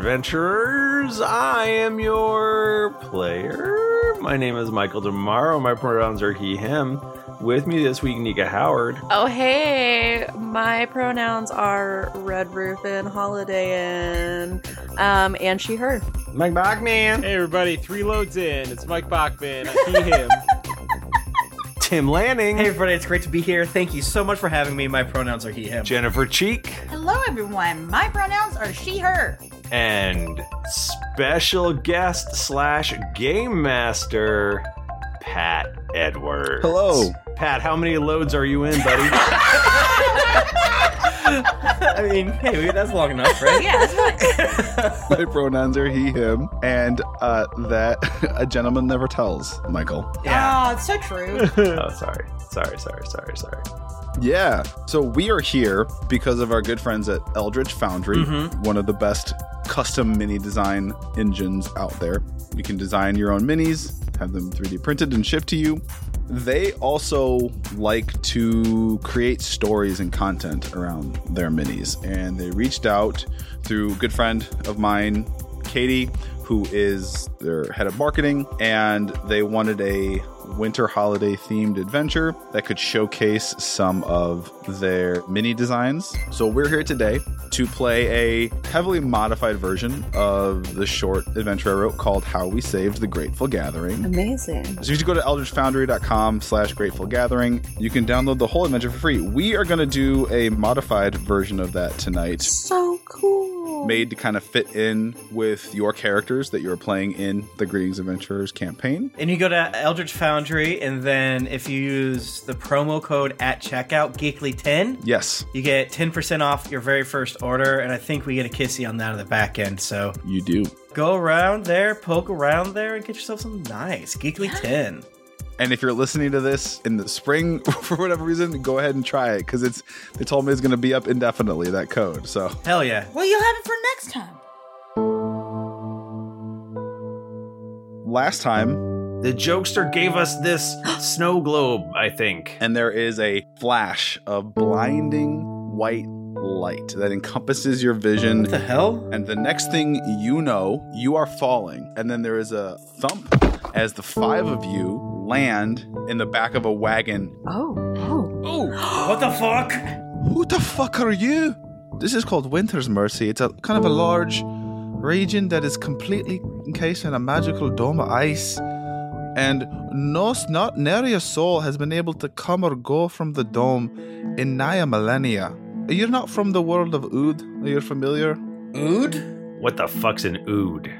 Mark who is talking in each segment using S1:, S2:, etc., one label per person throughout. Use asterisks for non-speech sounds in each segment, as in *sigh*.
S1: adventurers. I am your player. My name is Michael Demaro. My pronouns are he, him. With me this week, Nika Howard.
S2: Oh, hey. My pronouns are Red Roofin, Holiday Inn, um, and she, her.
S1: Mike Bachman.
S3: Hey everybody, three loads in. It's Mike Bachman.
S4: *laughs*
S3: He him.
S1: Tim Lanning.
S4: Hey everybody, it's great to be here. Thank you so much for having me. My pronouns are he, him.
S1: Jennifer Cheek.
S5: Hello, everyone. My pronouns are she, her.
S1: And special guest slash game master, Pat Edwards.
S6: Hello.
S1: Pat, how many loads are you in, buddy?
S4: I mean, hey, we- that's long enough, right?
S5: Yeah, that's what
S6: My pronouns are he, him, and uh, that *laughs* a gentleman never tells, Michael.
S5: Oh, it's so true.
S1: oh, sorry. Sorry, sorry, sorry, sorry.
S6: Yeah. So we are here because of our good friends at Eldritch Foundry, one of the best custom mini design engines out there. You can design your own minis, have them 3D printed and shipped to you. They also like to create stories and content around their minis, and they reached out through a good friend of mine, Katie, who is their head of marketing, and they wanted a winter holiday themed adventure that could showcase some of their mini designs. So we're here today to play a heavily modified version of the short adventure I wrote called How We Saved the Grateful Gathering.
S2: Amazing.
S6: So you should go to eldritchfoundry.com slash grateful gathering. You can download the whole adventure for free. We are going to do a modified version of that tonight
S2: So cool.
S6: made to kind of fit in with your characters that you're playing in the Greetings Adventurers campaign.
S4: And you go to Eldritch Foundry, and then if you use the promo code at checkout, Geekly10,
S6: Yes,
S4: you get 10% off your very first order, and I think we get a kissy on that on the back end. So
S6: you do.
S4: go around there, poke around there, and get yourself something nice. Geekly10.
S6: And if you're listening to this in the spring *laughs* for whatever reason, go ahead and try it because it's they told me it's going to be up indefinitely that code. So
S4: Hell yeah.
S5: well, you'll have it for next time.
S6: last time,
S1: The jokester gave us this snow globe, I think.
S6: and there is a flash of blinding white light that encompasses your vision.
S4: What the
S6: *gasps*
S4: hell?
S6: And the next thing you know, you are falling. And then there is a thump as the five of you land in the back of a wagon.
S2: Oh, oh.
S4: What the fuck?
S6: Who the fuck are you? This is called Winter's Mercy. It's a kind of a large region that is completely encased in a magical dome of ice. And no not nary a soul has been able to come or go from the dome in nigh a millennia. You're not from the world of Ood, are you familiar?
S4: Ood?
S1: What the fuck's an ood?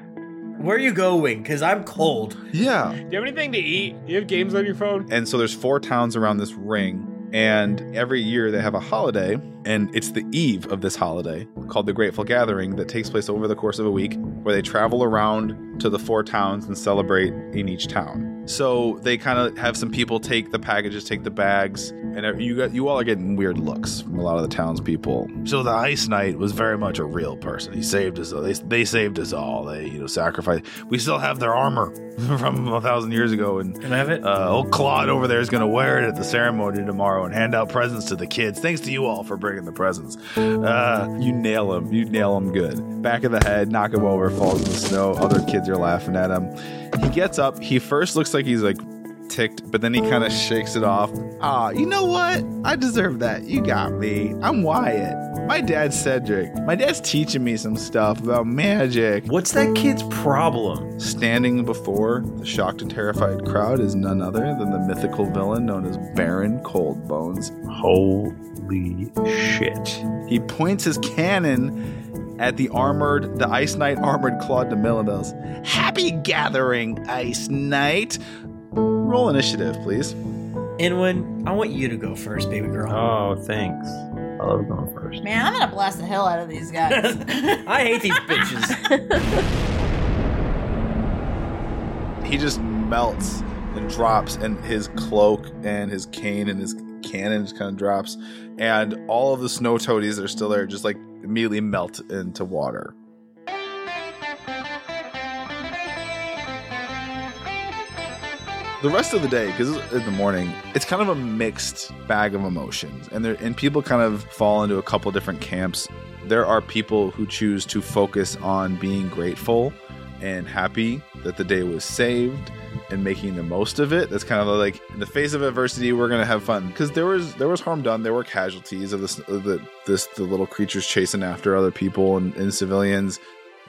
S4: Where you going? Because I'm cold.
S6: Yeah.
S3: Do you have anything to eat? Do you have games on your phone?
S6: And so there's four towns around this ring, and every year they have a holiday, and it's the eve of this holiday called the Grateful Gathering that takes place over the course of a week where they travel around to the four towns and celebrate in each town. So they kind of have some people take the packages, take the bags, and e-, you got you all are getting weird looks from a lot of the townspeople. So the Ice Knight was very much a real person. He saved us. They, they saved us all. They you know sacrificed. We still have their armor *laughs* from a thousand years ago, and
S4: Can I have it?
S6: uh, old Claude over there is going to wear it at the ceremony tomorrow and hand out presents to the kids. Thanks to you all for bringing the presents. Uh, you nail him. You nail him good. Back of the head, knock him over, falls in the snow. Other kids are laughing at him. He gets up. He first looks like he's like ticked, but then he kind of shakes it off. Ah, you know what? I deserve that. You got me. I'm Wyatt. My dad's Cedric. My dad's teaching me some stuff about magic.
S1: What's that kid's problem?
S6: Standing before the shocked and terrified crowd is none other than the mythical villain known as Baron Coldbones.
S1: Holy shit.
S6: He points his cannon at the armored, the Ice Knight armored Claude de Milibels. Happy gathering, Ice Knight! Roll initiative, please.
S4: Inwin, I want you to go first, baby girl.
S1: Oh, thanks. I love going first.
S5: Man, I'm gonna blast the hell out of these
S4: *laughs*
S5: guys.
S4: *laughs* I hate these bitches.
S6: He just melts and drops, and his cloak and his cane and his cannon just kind of drops, and all of the snow toadies that are still there just like immediately melt into water. the rest of the day because it's in the morning it's kind of a mixed bag of emotions and there and people kind of fall into a couple different camps there are people who choose to focus on being grateful and happy that the day was saved and making the most of it. That's kind of like in the face of adversity, we're gonna have fun because there was there was harm done. There were casualties of this of the this the little creatures chasing after other people and, and civilians.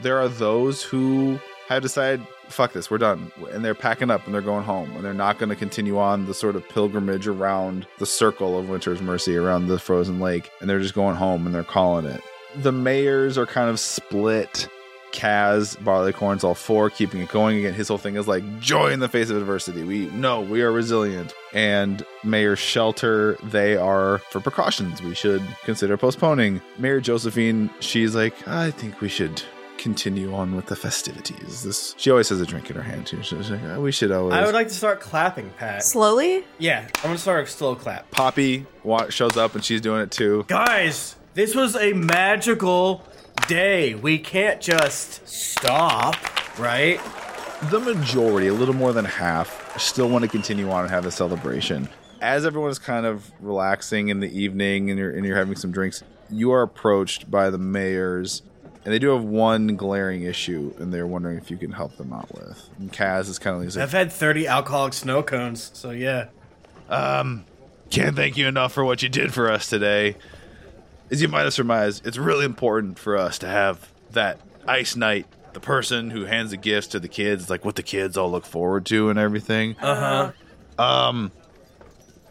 S6: There are those who have decided, fuck this, we're done, and they're packing up and they're going home and they're not going to continue on the sort of pilgrimage around the circle of Winter's Mercy around the frozen lake, and they're just going home and they're calling it. The mayors are kind of split. Kaz, Barleycorn's all for keeping it going. Again, his whole thing is like joy in the face of adversity. We no, we are resilient. And Mayor Shelter, they are for precautions. We should consider postponing. Mayor Josephine, she's like, I think we should continue on with the festivities. This she always has a drink in her hand too. She's like, "Uh, we should always.
S4: I would like to start clapping, Pat.
S2: Slowly?
S4: Yeah, I'm gonna start a slow clap.
S6: Poppy wa- shows up and she's doing it too.
S4: Guys, this was a magical day. We can't just stop, right?
S6: the majority, a little more than half, still want to continue on and have the celebration. As everyone is kind of relaxing in the evening and you're and you're having some drinks, you are approached by the mayors, and they do have one glaring issue, and they're wondering if you can help them out with. And Kaz is kind of
S4: I've
S6: like,
S4: had 30 alcoholic snow cones, so yeah.
S6: "Can't thank you enough for what you did for us today." As you might have surmised, it's really important for us to have that ice night. The person who hands the gifts to the kids, like what the kids all look forward to and everything.
S4: Uh huh.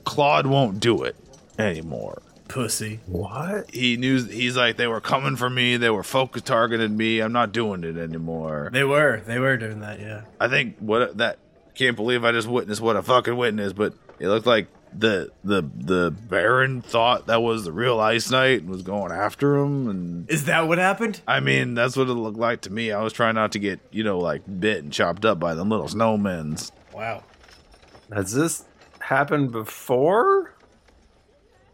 S6: Claude won't do it anymore.
S4: Pussy.
S1: What?
S6: He knew he's like they were coming for me. They were focused targeted me. I'm not doing it anymore.
S4: They were. They were doing that, yeah.
S6: I think what that can't believe I just witnessed what a fucking witness. But it looked like the the the Baron thought that was the real Ice Knight and was going after him. And
S4: Is that what happened?
S6: I mean that's what it looked like to me. I was trying not to get you know like bit and chopped up by them little snowmen's.
S4: Wow.
S1: Has this happened before?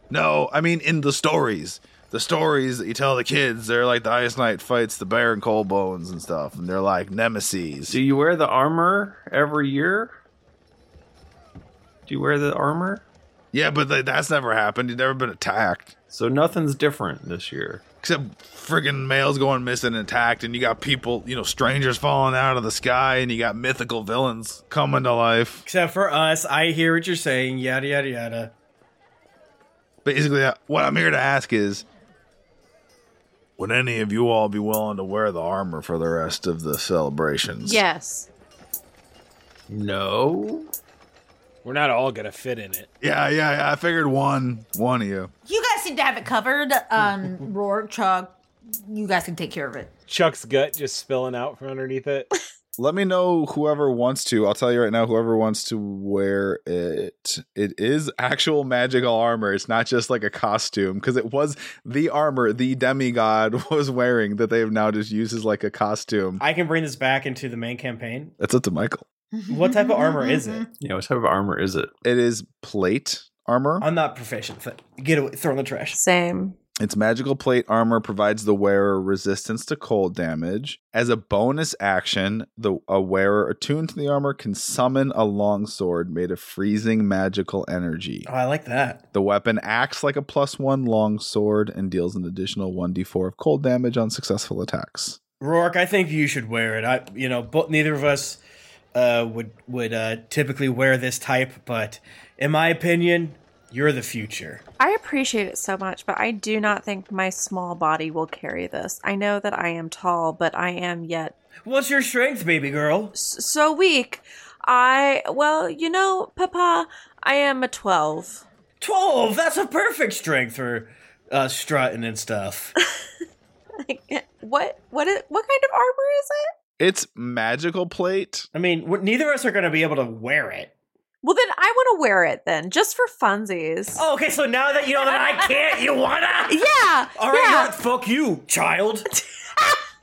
S6: No, I mean in the stories. The stories that you tell the kids, they're like the Ice Knight fights the Baron Coldbones and stuff, and they're like nemesis.
S1: Do you wear the armor every year? Do you wear the armor?
S6: Yeah, but th- that's never happened. You've never been attacked.
S1: So nothing's different this year.
S6: Except friggin' males going missing and attacked, and you got people, you know, strangers falling out of the sky, and you got mythical villains coming to life.
S4: Except for us, I hear what you're saying, yada, yada, yada.
S6: Basically, uh, what I'm here to ask is would any of you all be willing to wear the armor for the rest of the celebrations?
S2: Yes.
S1: No.
S3: We're not all gonna fit in it.
S6: Yeah, yeah, yeah. I figured one, one of you.
S5: You guys seem to have it covered. Um, *laughs* Rourke, Chug, you guys can take care of it.
S3: Chuck's gut just spilling out from underneath it.
S6: Let me know whoever wants to. I'll tell you right now, whoever wants to wear it, it is actual magical armor. It's not just like a costume because it was the armor the demigod *laughs* was wearing that they have now just used as like a costume.
S4: I can bring this back into the main campaign.
S6: That's up to Michael.
S4: What type of armor is it?
S1: Yeah, what type of armor is it?
S6: It is plate armor.
S4: I'm not proficient. Th- Get away. Throw in the trash.
S2: Same.
S6: Its magical plate armor provides the wearer resistance to cold damage. As a bonus action, the a wearer attuned to the armor can summon a longsword made of freezing magical energy.
S4: Oh, I like that.
S6: The weapon acts like a plus one long sword and deals an additional 1d4 of cold damage on successful attacks.
S4: Rourke, I think you should wear it. I, you know, both, neither of us uh, would would uh, typically wear this type, but in my opinion, you're the future.
S2: I appreciate it so much, but I do not think my small body will carry this. I know that I am tall, but I am yet
S4: What's your strength, baby girl?
S2: s- so weak. I, well, you know, Papa, I am a 12.
S4: Twelve. That's a perfect strength for uh, strutting and stuff.
S2: Like, eh, what, what, is, what kind of armor is it?
S6: It's magical plate.
S4: I mean, we neither of us are going to be able to wear it.
S2: Well, then I want to wear it then, just for funsies.
S4: Oh, okay. So now that you know that I can't, you wanna?
S2: yeah.
S4: All right,
S2: yeah.
S4: Rourke, fuck you, child.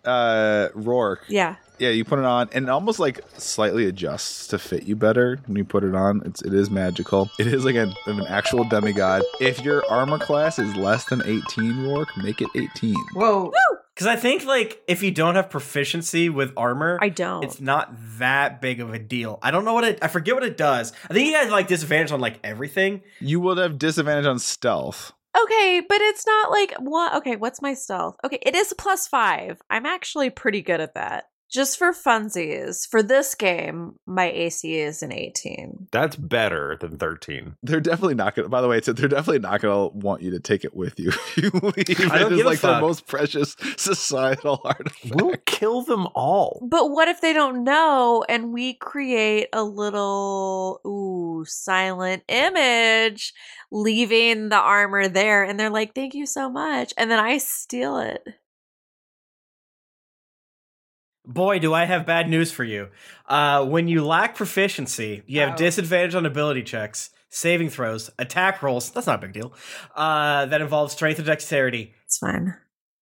S6: Uh, Rourke.
S2: yeah.
S6: Yeah, you put it on and it almost like slightly adjusts to fit you better when you put it on. It's, it is magical. It is like an, of an actual demigod. If your armor class is less than 18, Rourke, make it 18.
S5: Whoa.
S4: Because I think like if you don't have proficiency with armor,
S2: I don't.
S4: It's not that big of a deal. I don't know what it. I forget what it does. I think you guys like disadvantage on like everything.
S6: You would have disadvantage on stealth.
S2: Okay, but it's not like one. Okay, what's my stealth? Okay, it is plus five. I'm actually pretty good at that. Just for funsies, for this game, my AC is an 18.
S1: That's better than 13.
S6: They're definitely not gonna. By the way, it's, they're definitely not gonna want you to take it with you *laughs* if you leave.
S4: I don't
S6: it is
S4: give a
S6: like the
S4: fuck.
S6: most precious societal *laughs* artifact.
S1: We'll *laughs* kill them all.
S2: But what if they don't know and we create a little ooh silent image leaving the armor there and they're like thank you so much and then I steal it.
S4: Boy, do I have bad news for you. Uh, when you lack proficiency, you have
S5: Oh.
S4: disadvantage on ability checks, saving throws, attack rolls. That's not a big deal. Uh, that involves strength and dexterity,
S2: It's fine.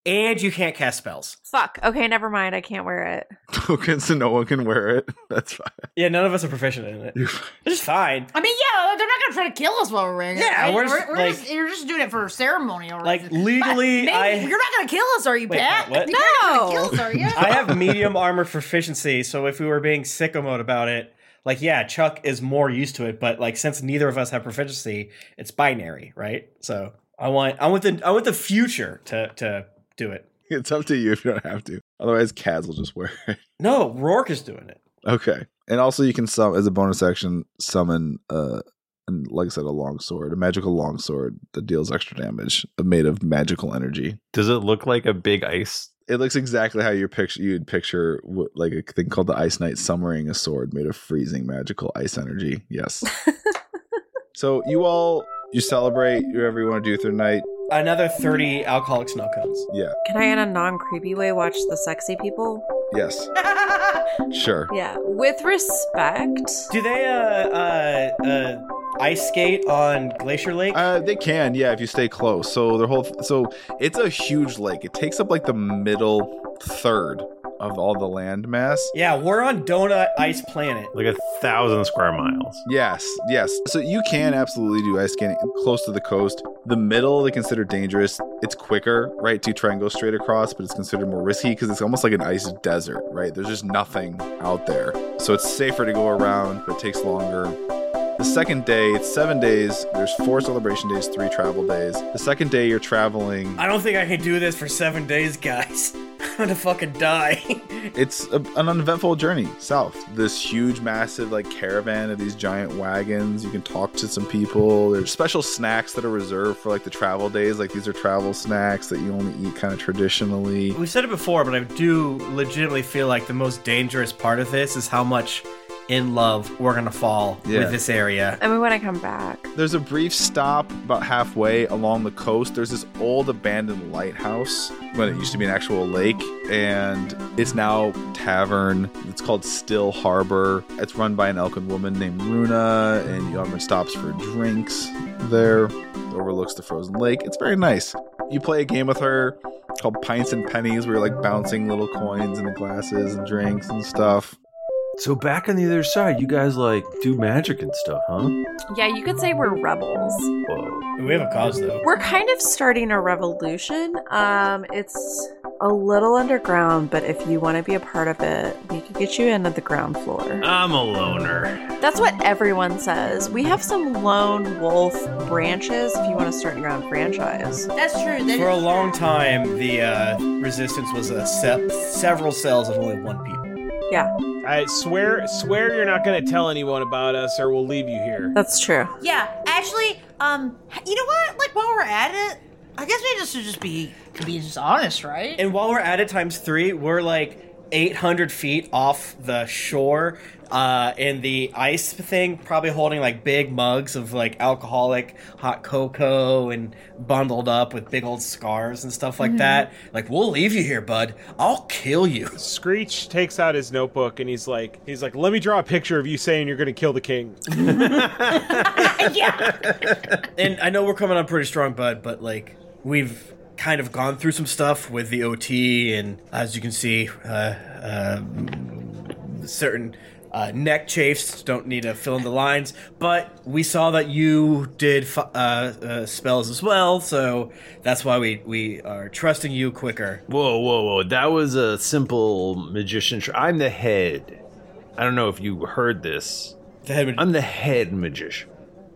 S4: and you can't cast spells.
S2: Fuck. Okay, never mind. I can't wear it. *laughs*
S6: Okay, so no one can wear it. *laughs* That's fine.
S4: Yeah, none of us are proficient in it. Which is fine.
S5: I mean, yeah, they're not gonna try to kill us while we're wearing it.
S4: Yeah,
S5: right?
S4: we're
S5: we're,
S4: just,
S5: we're
S4: like-
S5: just, you're just doing it for ceremonial
S4: Like,
S5: reasons. *laughs* But
S4: legally,
S5: maybe-
S4: I-
S5: you're not gonna kill us, are you,
S4: Wait,
S5: Pat?
S4: what?
S5: You're not gonna
S2: No.
S5: kill
S4: *laughs*
S5: us, are you?
S4: I have medium armor proficiency, so if we were being sicko mode about it, like yeah, Chuck is more used to it, but like since neither of us have proficiency, it's binary, right? So I want I want the I want the future to to do it.
S6: *laughs* It's up to you if you don't have to. Otherwise, Kaz will just wear it. *laughs*
S4: No, Rourke is doing it.
S6: Okay. And also, you can sum as a bonus action summon uh, and like I said, a long sword, a magical long sword that deals extra damage, uh, made of magical energy.
S1: Does it look like a big ice?
S6: It looks exactly how you picture you'd picture what, like a thing called the Ice Knight summoning a sword made of freezing magical ice energy. Yes. so you all you celebrate whatever you want to do through the night.
S4: Another thirty alcoholic snow cones.
S6: Yeah.
S2: Can I in a non-creepy way watch the sexy people?
S6: Yes. Sure.
S2: Yeah, with respect.
S4: Do they uh uh uh ice skate on Glacier Lake?
S6: Uh, they can, yeah, if you stay close. So the whole, so it's a huge lake. It takes up like the middle third of all the land mass.
S4: yeah, we're on Donut Ice Planet.
S1: Like a thousand square miles.
S6: Yes, yes. So you can absolutely do ice skating close to the coast. The middle they consider dangerous. It's quicker, right, to try and go straight across, but it's considered more risky because it's almost like an ice desert, right? There's just nothing out there. So it's safer to go around, but it takes longer. The second day, it's seven days. There's four celebration days, three travel days. The second day, you're traveling.
S4: I don't think I can do this for seven days, guys. *laughs* I'm gonna fucking die. *laughs*
S6: it's a, an uneventful journey south. This huge, massive like caravan of these giant wagons. You can talk to some people. There's special snacks that are reserved for like the travel days. Like these are travel snacks that you only eat kind of traditionally.
S4: We've said it before, but I do legitimately feel like the most dangerous part of this is how much in love we're gonna fall
S6: Yeah.
S4: with this area.
S2: I mean, when I come back.
S6: There's a brief stop about halfway along the coast. There's this old abandoned lighthouse when it used to be an actual lake, and it's now tavern. It's called Still Harbor. It's run by an Elkin woman named Runa, and Yogman stops for drinks there. It overlooks the frozen lake. It's very nice. You play a game with her called Pints and Pennies, where you're like bouncing little coins into glasses and drinks and stuff. *laughs*
S1: So back on the other side, you guys like do magic and stuff, huh?
S2: Yeah, you could say we're rebels.
S1: Whoa.
S4: We have a cause though.
S2: We're kind of starting a revolution. Um, it's a little underground, but if you want to be a part of it, we could get you in at the ground floor.
S1: I'm a loner.
S2: That's what everyone says. We have some lone wolf branches if you want to start your own franchise.
S5: *laughs* That's true. That
S4: For a
S5: is
S4: long
S5: true.
S4: time, the uh, resistance was a se- several cells of only one people.
S3: I swear, swear you're not gonna tell anyone about us, or we'll leave you here.
S2: That's true.
S5: Yeah, actually, um, you know what? Like while we're at it, I guess we just should just be be just honest, right?
S4: And while we're at it times three, we're like 800 feet off the shore uh, in the ice thing, probably holding like big mugs of like alcoholic hot cocoa and bundled up with big old scarves and stuff like that. Like, we'll leave you here, bud. I'll kill you.
S3: Screech takes out his notebook and he's like, he's like, let me draw a picture of you saying you're gonna kill the king.
S5: yeah.
S4: and I know we're coming on pretty strong, bud, but like we've kind of gone through some stuff with the OT, and as you can see, uh, uh, certain uh, neck chafes don't need to fill in the lines. But we saw that you did f- uh, uh, spells as well, so that's why we we are trusting you quicker.
S1: Whoa, whoa, whoa. That was a simple magician. Tr- I'm the head. I don't know if you heard this.
S4: The head.
S1: I'm the head magician.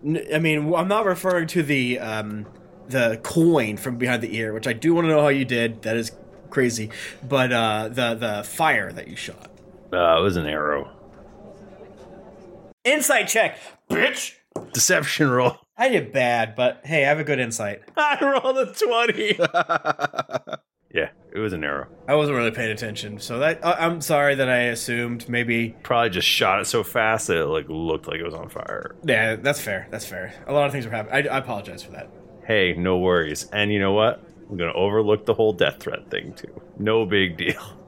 S4: N- I mean, I'm not referring to the um, the coin from behind the ear, which I do want to know how you did. That is crazy. But uh, the the fire that you shot.
S1: Uh, it was an arrow.
S4: Insight check, bitch.
S1: Deception roll. *laughs*
S4: I did bad, but hey, I have a good insight.
S1: I rolled a 20. yeah, it was an arrow.
S4: *laughs* I wasn't really paying attention, so that I I'm sorry that I assumed maybe.
S1: Probably just shot it so fast that it like looked like it was on fire.
S4: Yeah, that's fair. That's fair. A lot of things were happening. I, I apologize for that.
S1: Hey, no worries. And you know what? I'm going to overlook the whole death threat thing too. No big deal. *laughs*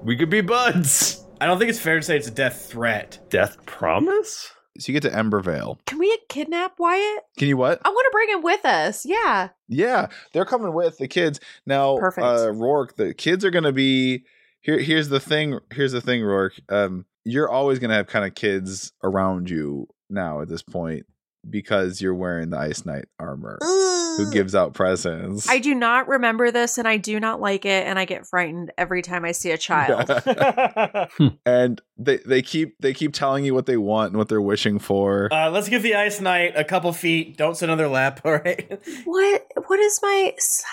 S1: We could be buds.
S4: I don't think it's fair to say it's a death
S1: *laughs*
S4: threat.
S1: Death promise?
S6: So you get to Embervale.
S2: Can we kidnap Wyatt?
S6: Can you what?
S2: I want to bring him with us. Yeah.
S6: Yeah, they're coming with the kids now.
S2: Perfect.
S6: Uh, Rourke, the kids are gonna be here. Here's the thing. Here's the thing, Rourke. Um, you're always gonna have kind of kids around you now at this point because you're wearing the Ice Knight armor,
S5: Hmm.
S6: who gives out presents.
S2: Mm.
S6: *laughs*
S2: I do not remember this and I do not like it and I get frightened every time I see a *laughs* child.
S4: Uh,
S6: and they they keep they keep telling you what they want and what they're wishing for.
S4: Uh, let's give the ice knight a couple feet. Don't sit on their lap. *laughs* All right.
S2: what what is my s-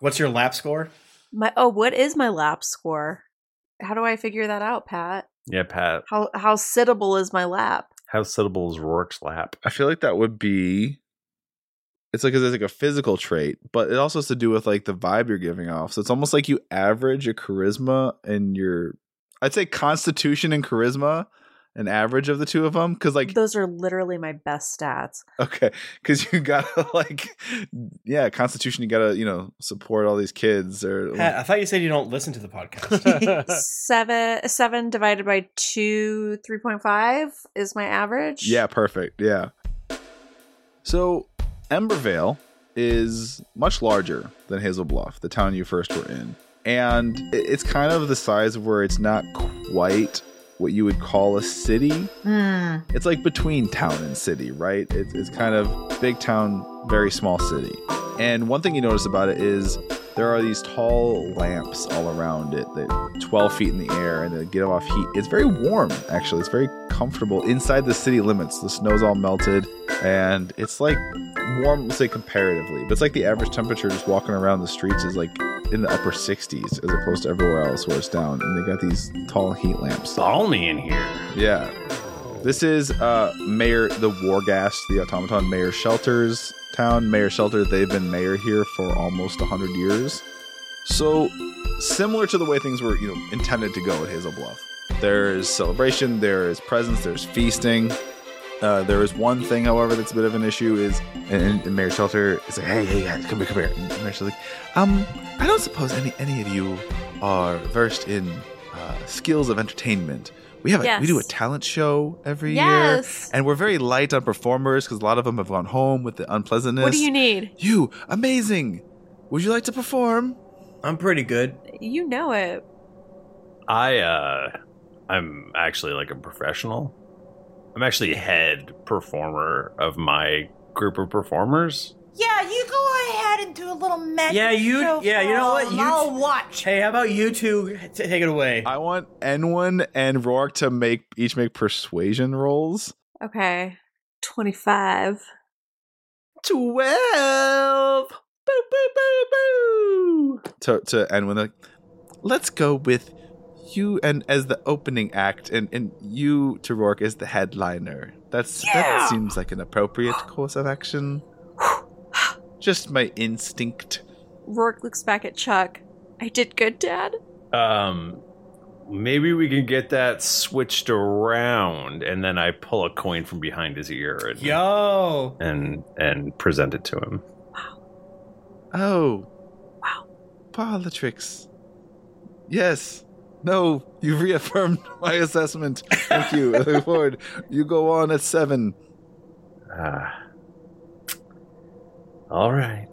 S4: What's your lap score?
S2: my oh, what is my lap score? How do I figure that out, Pat?
S1: Yeah, Pat.
S2: How how sittable is my lap?
S1: How suitable is Rourke's lap?
S6: I feel like that would be. It's like it's like a physical trait, but it also has to do with like the vibe you're giving off. So it's almost like you average your charisma and your, I'd say constitution and charisma, an average of the two of them. Because like
S2: Those are literally my best stats.
S6: *laughs* okay, because you gotta *laughs* like, yeah, constitution. You gotta you know support all these kids or
S4: Pat, I thought you said you don't listen to the podcast.
S2: seven seven divided by two three point five is my average.
S6: Yeah, perfect. Yeah. So Embervale is much larger than Hazel Bluff, the town you first were in. And i- it's kind of the size of where it's not quite what you would call a city. It's like between town and city, right? It's, it's kind of big town, very small city. And one thing you notice about it is there are these tall lamps all around it that 12 feet in the air and they get off heat. It's very warm, actually. It's very comfortable inside the city limits. The snow's all melted and it's like warm, say comparatively, but it's like the average temperature just walking around the streets is like in the upper 60s as opposed to everywhere else where it's down. And they got these tall heat lamps.
S1: Balmy in here.
S6: Yeah. This is uh, Mayor the Wargast, the automaton Mayor Shelter's town. Mayor Shelter, they've been mayor here for almost 100 years. So, similar to the way things were, you know, intended to go at Hazel Bluff. There is celebration, there is presents, there's feasting. Uh, there is one thing, however, that's a bit of an issue is, and, and Mayor Shelter is like, hey, hey, guys, come here, come here. And Mayor Shelter's like, um, I don't suppose any any of you are versed in uh, skills of entertainment. We have a, we do a
S2: Yes.
S6: talent show every year,
S2: Yes.
S6: and we're very light on performers because a lot of them have gone home with the unpleasantness.
S2: What do you need?
S6: You amazing. Would you like to perform?
S4: *laughs* I'm pretty good.
S2: You know it.
S1: I uh I'm actually like a professional. I'm actually head performer of my group of performers.
S5: Yeah, you go ahead and do a little magic.
S4: Yeah, you-
S5: show
S4: yeah, you know
S5: for
S4: what?
S5: them.
S4: You-
S5: I'll watch.
S4: Hey, how about you two t- take it away?
S6: I want N1 and Rourke to make each make persuasion rolls.
S2: Okay. Twenty five.
S6: Twelve. Boo boo boo boo. To to end with like, let's go with you and as the opening act, and and you to Rourke as the headliner. That's that seems like an appropriate course of action. Just my instinct.
S2: Rourke looks back at Chuck. I did good, Dad.
S1: Um maybe we can get that switched around and then I pull a coin from behind his ear and
S4: Yo.
S1: and and present it to him.
S6: Oh.
S2: Wow.
S6: Politics. Yes. No, you reaffirmed *laughs* my assessment. Thank you. I look forward. You go on at seven.
S1: Ah. All right.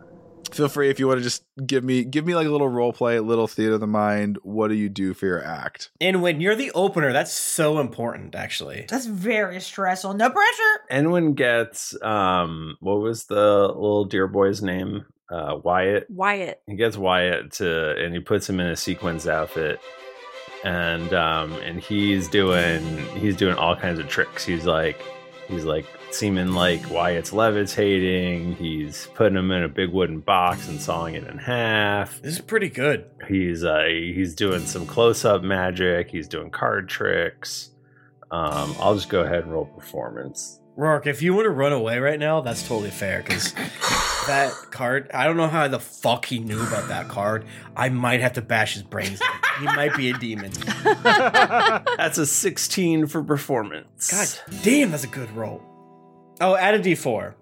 S6: feel free if you want to just give me give me like a little role play a little theater of the mind what do you do for your act
S4: And when you're the opener, that's so important, actually.
S5: That's very stressful. No pressure. *laughs*
S1: Enwin gets um what was the little dear boy's name? Uh Wyatt.
S2: Wyatt.
S1: He gets Wyatt to and he puts him in a sequins outfit. And um and he's doing he's doing all kinds of tricks. He's like He's like seeming like why it's levitating. He's putting him in a big wooden box and sawing it in half.
S4: This is pretty good.
S1: He's uh, he's doing some close up magic. He's doing card tricks. Um, I'll just go ahead and roll performance.
S4: Rourke, if you want to run away right now, that's totally fair *laughs* because that card, I don't know how the fuck he knew about that card. I might have to bash his brains. in. He might be a *laughs* demon.
S1: That's a 16 for performance.
S4: God damn, that's a good roll. Oh, add a d4,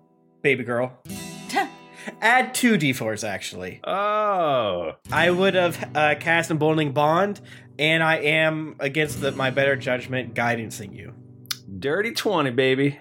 S4: baby girl. add two d4s, actually.
S1: Oh,
S4: I would have uh, cast Emboldening Bond, and I am, against the, my better judgment, guidancing you.
S1: dirty 20, baby.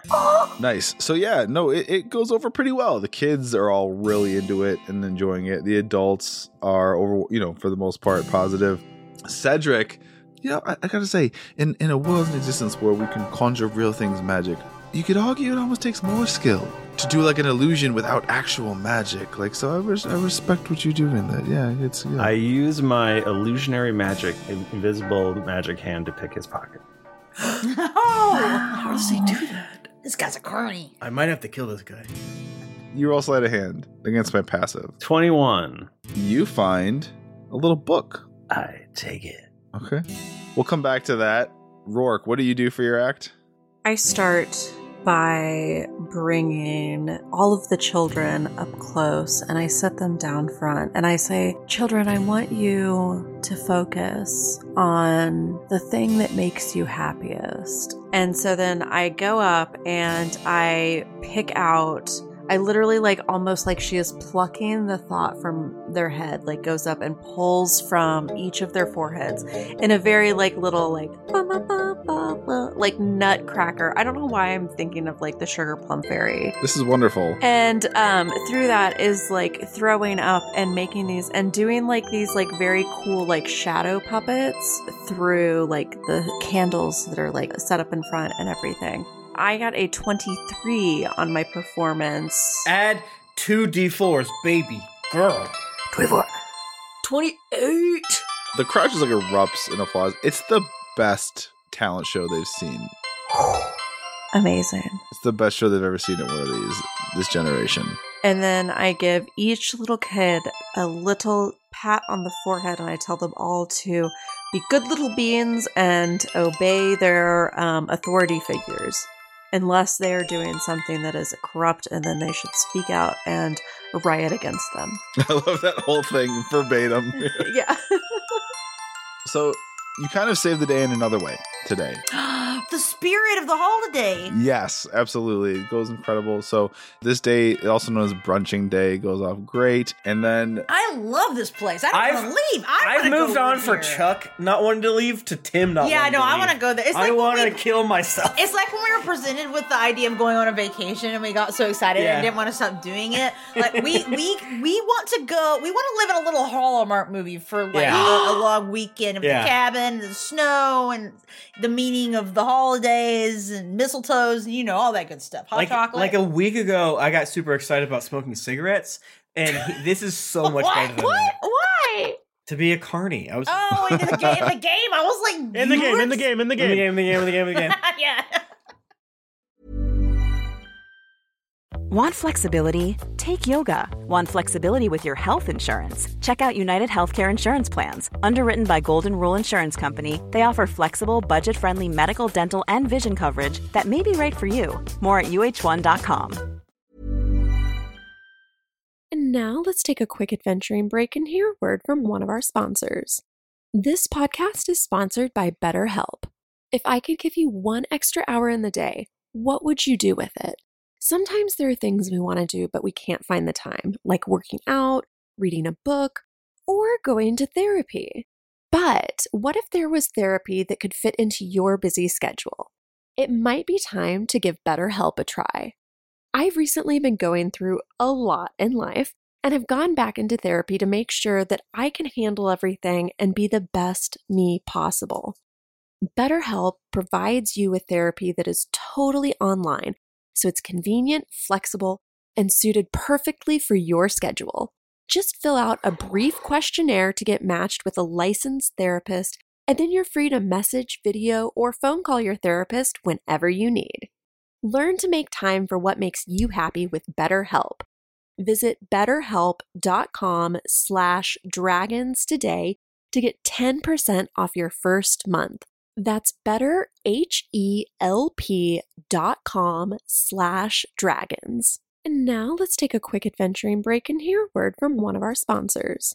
S6: Nice. So yeah, no, it, it goes over pretty well. The kids are all really into it and enjoying it. The adults are over, you know, for the most part, positive. Cedric, you know, I, I gotta say, in in a world in existence where we can conjure real things, magic, you could argue it almost takes more skill to do like an illusion without actual magic. Like, so I, res- I respect what you do in that. Yeah, it's. Yeah.
S1: I use my illusionary magic, invisible magic hand to pick his pocket.
S5: Oh,
S4: How does he do that?
S5: this guy's a crony. *gasps*
S4: I might have to kill this guy.
S6: you roll sleight of hand against my passive.
S1: 21.
S6: You find a little book
S1: I take it.
S6: Okay. We'll come back to that. Rourke, what do you do for your act?
S2: I start by bringing all of the children up close and I set them down front and I say, Children, I want you to focus on the thing that makes you happiest. And so then I go up and I pick out. I literally like almost like she is plucking the thought from their head, like goes up and pulls from each of their foreheads in a very like little like ba, ba, ba, ba, ba, like nutcracker. I don't know why I'm thinking of like the sugar plum fairy.
S6: This is wonderful.
S2: And um, through that is like throwing up and making these and doing like these like very cool like shadow puppets through like the candles that are like set up in front and everything. I got a 23 on my performance.
S4: Add two d4s, baby girl.
S2: 24. 28.
S6: The crowd just like erupts in applause. It's the best talent show they've seen.
S2: Amazing.
S6: It's the best show they've ever seen at one of these this generation. *laughs*
S2: And then I give each little kid a little pat on the forehead and I tell them all to be good little beings and obey their um, authority figures. Unless they are doing something that is corrupt, and then they should speak out and riot against them.
S6: I love that whole thing verbatim.
S2: yeah.
S6: so you kind of saved the day in another way today.
S5: the spirit of the holiday.
S6: Yes, absolutely. It goes incredible. So this day, also known as brunching day, goes off great. And then
S5: I love this place. I don't
S4: I've-
S5: want to leave. I
S4: I've
S5: wanna go
S4: moved on
S5: live
S4: for
S5: here.
S4: Chuck not wanting to leave to Tim not.
S5: Yeah, I
S4: wanting
S5: know. I
S4: leave.
S5: want to go there. It's
S4: I
S5: like when
S4: want to
S5: we-
S4: kill myself.
S5: *laughs* It's like when we were presented with the idea of going on a vacation and we got so excited
S4: Yeah.
S5: and didn't want to stop doing it. Like we we we want to go. We want to live in a little Hallmark movie for like
S4: Yeah.
S5: a, a long weekend of
S4: Yeah.
S5: the cabin, the snow, and the meaning of the holidays and mistletoes, and you know all that good stuff. Hot
S4: like,
S5: chocolate.
S4: like a week ago, I got super excited about smoking cigarettes, and he- this is
S5: *laughs*
S4: so much
S5: what?
S4: better than
S5: what?
S4: that.
S5: Why?
S4: To be a carny, I was
S5: Oh, in the game. In the game. I was like,
S3: *laughs* In the
S5: you
S3: game, in
S5: were-
S3: the game, in the
S4: in the
S3: game.
S4: game, in the game, in the game, in the
S5: *laughs*
S4: game.
S5: yeah.
S7: Want flexibility? Take yoga. Want flexibility with your health insurance? Check out United Healthcare Insurance Plans. Underwritten by Golden Rule Insurance Company, they offer flexible, budget friendly medical, dental, and vision coverage that may be right for you. More at uh1.com.
S8: And now let's take a quick adventuring break and hear a word from one of our sponsors. This podcast is sponsored by BetterHelp. If I could give you one extra hour in the day, what would you do with it? Sometimes there are things we want to do, but we can't find the time, like working out, reading a book, or going to therapy. But what if there was therapy that could fit into your busy schedule? It might be time to give BetterHelp a try. I've recently been going through a lot in life and have gone back into therapy to make sure that I can handle everything and be the best me possible. BetterHelp provides you with therapy that is totally online, so it's convenient, flexible, and suited perfectly for your schedule. Just fill out a brief questionnaire to get matched with a licensed therapist, and then you're free to message, video, or phone call your therapist whenever you need.
S2: Learn to make time for what makes you happy with BetterHelp. Visit betterhelp.com slash dragons today to get 10% off your first month. That's betterhelp.com slash dragons. And now let's take a quick adventuring break and hear a word from one of our sponsors.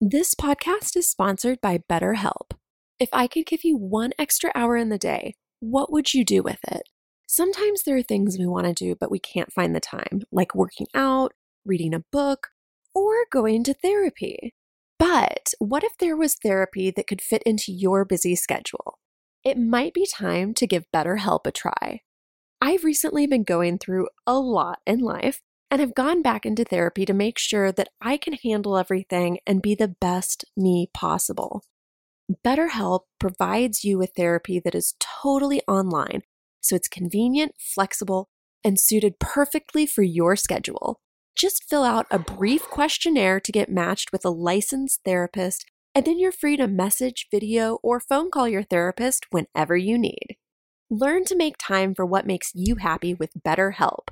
S2: This podcast is sponsored by BetterHelp. If I could give you one extra hour in the day, what would you do with it? Sometimes there are things we want to do, but we can't find the time, like working out, reading a book, or going to therapy. But what if there was therapy that could fit into your busy schedule? It might be time to give BetterHelp a try. I've recently been going through a lot in life and have gone back into therapy to make sure that I can handle everything and be the best me possible. BetterHelp provides you with therapy that is totally online, so it's convenient, flexible, and suited perfectly for your schedule. Just fill out a brief questionnaire to get matched with a licensed therapist, and then you're free to message, video, or phone call your therapist whenever you need. Learn to make time for what makes you happy with BetterHelp.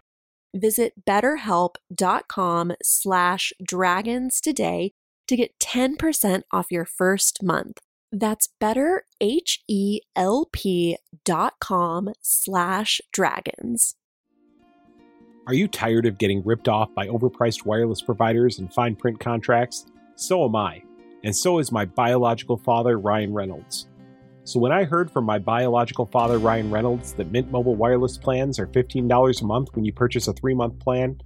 S2: Visit betterhelp.com slash dragons today to get 10% off your first month. That's E betterhelp.com slash dragons.
S3: Are you tired of getting ripped off by overpriced wireless providers and fine print contracts? So am I. And so is my biological father, Ryan Reynolds. So when I heard from my biological father, Ryan Reynolds, that Mint Mobile wireless plans are $15 a month when you purchase a three month plan,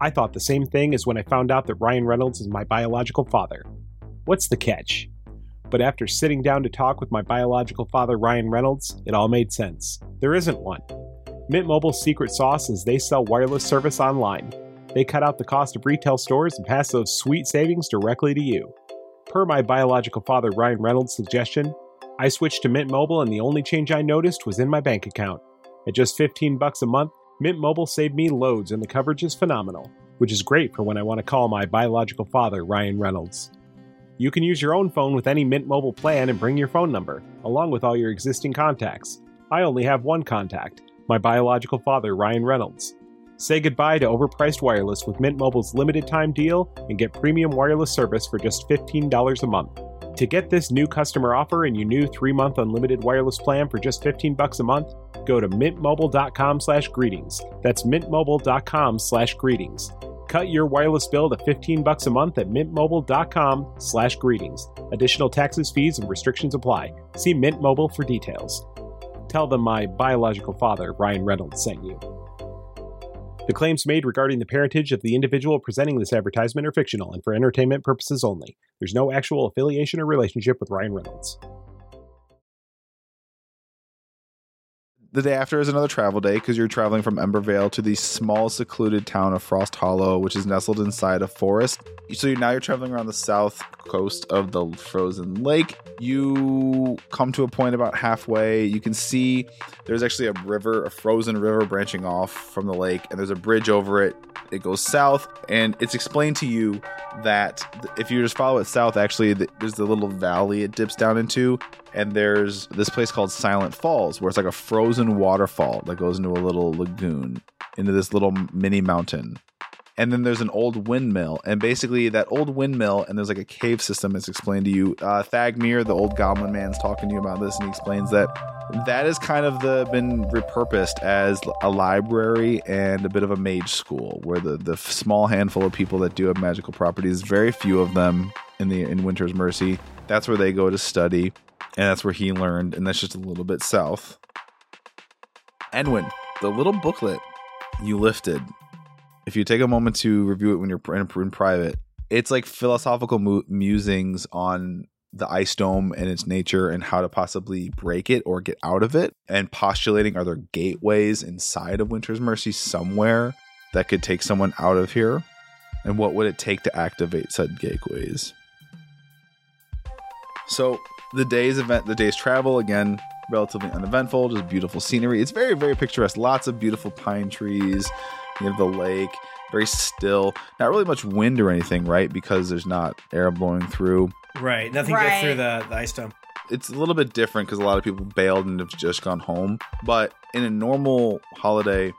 S3: I thought the same thing as when I found out that Ryan Reynolds is my biological father. What's the catch? But after sitting down to talk with my biological father, Ryan Reynolds, it all made sense. There isn't one. Mint Mobile's secret sauce is they sell wireless service online. They cut out the cost of retail stores and pass those sweet savings directly to you. Per my biological father Ryan Reynolds' suggestion, I switched to Mint Mobile and the only change I noticed was in my bank account. At just 15 bucks a month, Mint Mobile saved me loads and the coverage is phenomenal, which is great for when I want to call my biological father Ryan Reynolds. You can use your own phone with any Mint Mobile plan and bring your phone number, along with all your existing contacts. I only have one contact my biological father, Ryan Reynolds. Say goodbye to overpriced wireless with Mint Mobile's limited time deal and get premium wireless service for just $15 a month. To get this new customer offer and your new 3-month unlimited wireless plan for just 15 bucks a month, go to mintmobile.com slash greetings. That's mintmobile.com slash greetings. Cut your wireless bill to 15 bucks a month at mintmobile.com slash greetings. Additional taxes, fees, and restrictions apply. See Mint Mobile for details. Tell them my biological father, Ryan Reynolds, sent you. The claims made regarding the parentage of the individual presenting this advertisement are fictional and for entertainment purposes only. There's no actual affiliation or relationship with Ryan Reynolds.
S6: The day after is another travel day because you're traveling from Embervale to the small, secluded town of Frost Hollow, which is nestled inside a forest. So you're, now you're traveling around the south coast of the frozen lake. You come to a point about halfway. You can see there's actually a river, a frozen river branching off from the lake, and there's a bridge over it. It goes south, and it's explained to you that th- if you just follow it south, actually, th- there's the little valley it dips down into, and there's this place called Silent Falls, where it's like a frozen waterfall that goes into a little lagoon, into this little mini mountain. And then there's an old windmill, and basically that old windmill, and there's like a cave system. It's explained to you. Uh, Thagmir, the old goblin man's talking to you about this, and he explains that that has kind of the, been repurposed as a library and a bit of a mage school, where the the small handful of people that do have magical properties, very few of them in the in Winter's Mercy, that's where they go to study and that's where he learned, and that's just a little bit south. Edwin, the little booklet you lifted, if you take a moment to review it when you're in, in private, it's like philosophical mu- musings on the ice dome and its nature and how to possibly break it or get out of it, and postulating are there gateways inside of Winter's Mercy somewhere that could take someone out of here, and what would it take to activate said gateways? So the day's event, the day's travel again, relatively uneventful. Just beautiful scenery. It's very, very picturesque. Lots of beautiful pine trees. You have the lake. Very still. Not really much wind or anything, right? Because there's not air blowing through.
S4: Right. Nothing
S5: Right.
S4: gets through the, the ice dome.
S6: It's a little bit different because a lot of people bailed and have just gone home. But in a normal holiday,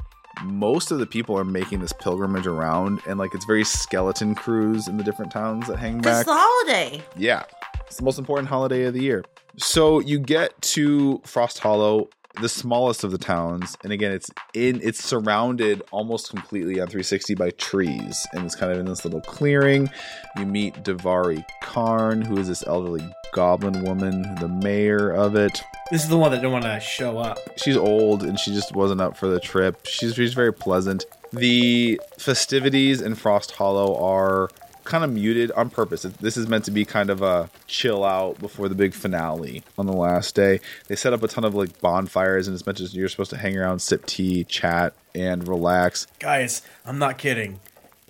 S6: most of the people are making this pilgrimage around, and like it's very skeleton crews in the different towns that hang
S5: Because
S6: back.
S5: it's the holiday.
S6: Yeah. It's the most important holiday of the year. So you get to Frost Hollow, the smallest of the towns, and again it's in it's surrounded almost completely on 360 by trees and it's kind of in this little clearing. You meet Devari Karn, who is this elderly goblin woman, the mayor of it.
S4: This is the one that didn't want to show up.
S6: She's old and she just wasn't up for the trip. She's she's very pleasant. The festivities in Frost Hollow are kind of muted on purpose. This is meant to be kind of a chill out before the big finale on the last day. They set up a ton of like bonfires and it's meant to you're supposed to hang around, sip tea, chat, and relax.
S4: Guys, I'm not kidding.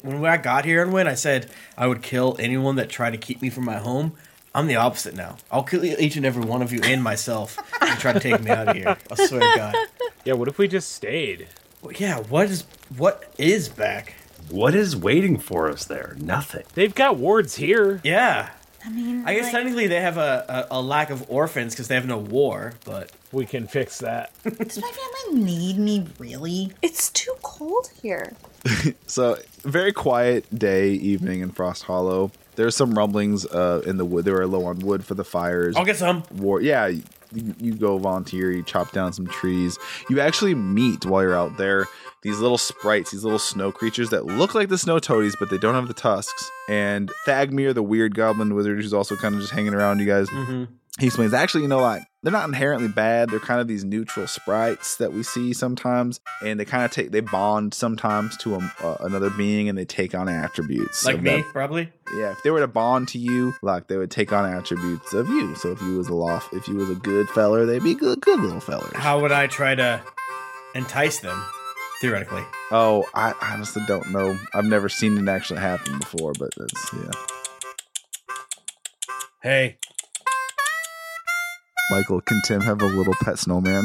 S4: When I got here and when I said I would kill anyone that tried to keep me from my home, I'm the opposite now. I'll kill each and every one of you and myself if you try to take me out of here. I swear to God.
S9: Yeah, what if we just stayed?
S4: Well, yeah, what is what is back?
S1: What is waiting for us there? Nothing.
S9: They've got wards here.
S4: Yeah.
S5: I mean,
S4: I guess
S5: like-
S4: technically they have a, a, a lack of orphans because they have no war, but
S9: We can fix that.
S5: does my family need me really?
S2: It's too cold here.
S6: So very quiet day, evening in Frost Hollow. There's some rumblings uh, in the wood. They were low on wood for the fires.
S4: I'll get some.
S6: war. Yeah, you, you go volunteer, you chop down some trees. You actually meet while you're out there these little sprites, these little snow creatures that look like the snow toadies, but they don't have the tusks. And Thagmere, the weird goblin wizard, who's also kind of just hanging around you guys,
S4: Mm-hmm.
S6: he explains actually, you know, like they're not inherently bad. They're kind of these neutral sprites that we see sometimes, and they kind of take they bond sometimes to a, uh, another being, and they take on attributes
S4: Like
S6: of
S4: me,
S6: that
S4: probably.
S6: yeah, if they were to bond to you, like they would take on attributes of you. So if you was a loft, if you was a good feller, they'd be good, good little fellers.
S4: How would I try to entice them? Theoretically.
S6: Oh, I honestly don't know. I've never seen it actually happen before, but that's yeah.
S4: Hey,
S6: Michael, can Tim have a little pet snowman?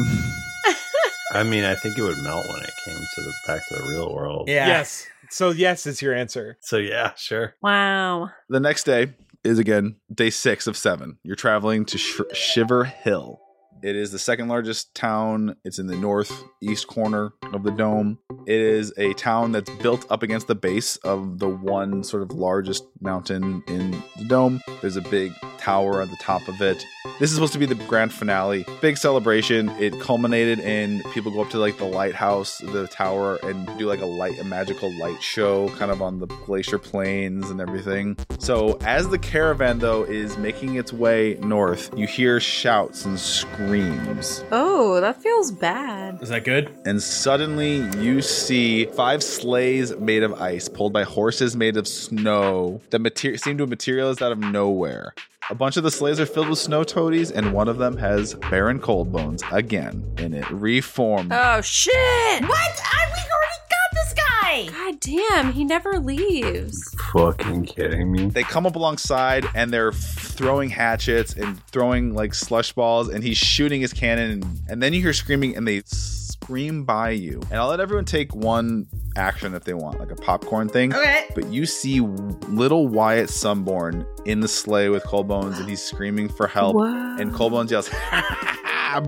S6: *laughs*
S1: I mean, I think it would melt when it came to the back to the real world.
S4: yeah.
S9: Yes. So yes is your answer.
S1: So yeah, sure.
S2: Wow.
S6: the next day is again day six of seven. You're traveling to Sh- Shiver Hill. It is the second largest town. It's in the northeast corner of the dome. It is a town that's built up against the base of the one sort of largest mountain in the dome. There's a big tower at the top of it. This is supposed to be the grand finale. Big celebration. It culminated in people go up to like the lighthouse, the tower, and do like a light, a magical light show kind of on the glacier plains and everything. So as the caravan though is making its way north, you hear shouts and screams.
S2: Oh, that feels bad.
S4: Is that good?
S6: And suddenly you see five sleighs made of ice pulled by horses made of snow that mater- seem to have materialized out of nowhere. A bunch of the sleighs are filled with snow toadies, and one of them has Baron Coldbones again in it, reformed.
S2: Oh shit!
S5: What? I, we already got this guy.
S2: God damn, he never leaves.
S1: Fucking kidding me.
S6: they come up alongside and they're f- throwing hatchets and throwing like slush balls and he's shooting his cannon and, and then you hear screaming and they scream by you and i'll let everyone take one action if they want like a popcorn thing
S5: Okay.
S6: but you see little Wyatt Sunborn in the sleigh with Coldbones, and he's screaming for help.
S2: Wow.
S6: And Coldbones yells,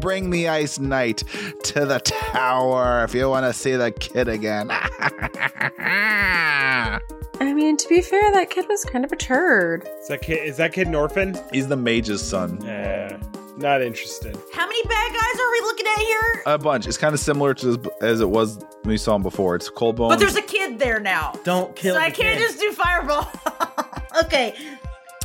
S6: "Bring the Ice Knight to the tower if you want to see the kid again." *laughs*
S2: I mean, to be fair, that kid was kind of a turd.
S9: Is that kid is that kid an orphan?
S6: he's the mage's son.
S9: Nah. Not interested.
S5: How many bad guys are we looking at here?
S4: Uh,
S6: A bunch. It's kind of similar to as, as it was when you saw him before. It's Coldbones.
S5: but there's a kid there now.
S4: Don't kill
S5: so I
S4: the
S5: can't
S4: kid.
S5: just do fireball. *laughs* okay.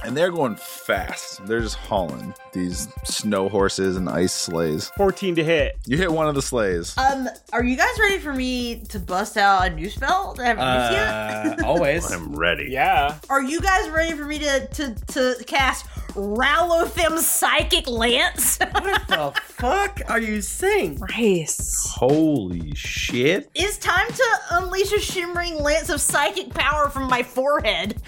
S6: and they're going fast. They're just hauling these snow horses and ice sleighs.
S9: 14 to hit.
S6: You hit one of the sleighs.
S5: Um, are you guys ready for me to bust out a new spell that I haven't used yet?
S4: Uh, always.
S1: I'm ready.
S9: *laughs* Yeah.
S5: Are you guys ready for me to to, to cast Rallothem Psychic Lance? *laughs*
S4: what the fuck are you saying?
S2: Nice.
S1: Holy shit.
S5: it's time to unleash a shimmering lance of psychic power from my forehead.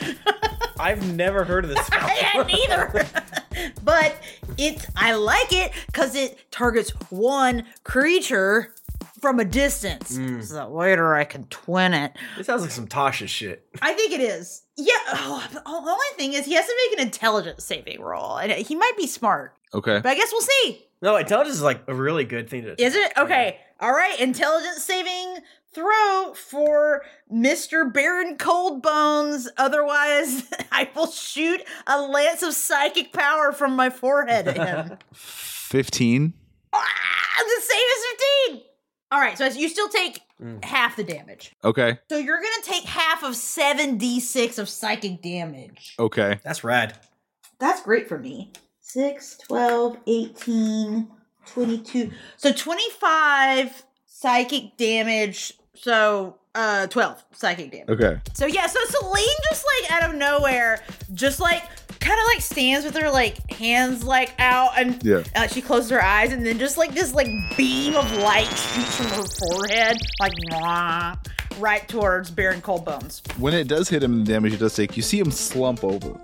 S4: I've never heard of this spell.
S5: I hadn't either. *laughs* but it I like it because it targets one creature from a distance. So that later I can twin it.
S4: It sounds like some Tasha shit.
S5: I think it is. Yeah. Oh, the only thing is he has to make an intelligence saving roll. And he might be smart.
S6: Okay.
S5: But I guess we'll see.
S4: No, intelligence is like a really good thing to.
S5: Is it? Okay. All right. Intelligence saving throw for Mr. Baron Cold Bones. Otherwise, *laughs* I will shoot a lance of psychic power from my forehead at him.
S6: 15.
S5: Ah, the same as 15. All right, so you still take half the damage.
S6: Okay.
S5: So you're going to take half of 7d6 of psychic damage.
S6: Okay.
S4: That's rad.
S5: That's great for me. 6, 12, 18, 22. So 25 psychic damage. So uh 12 psychic damage.
S6: Okay.
S5: So yeah, so Celine just like out of nowhere, just like kind of like stands with her like hands like out and
S6: Yeah.
S5: uh, she closes her eyes and then just like this like beam of light shoots from her forehead like wah, right towards Baron Cold Bones.
S6: When it does hit him, the damage it does take, you see him slump over.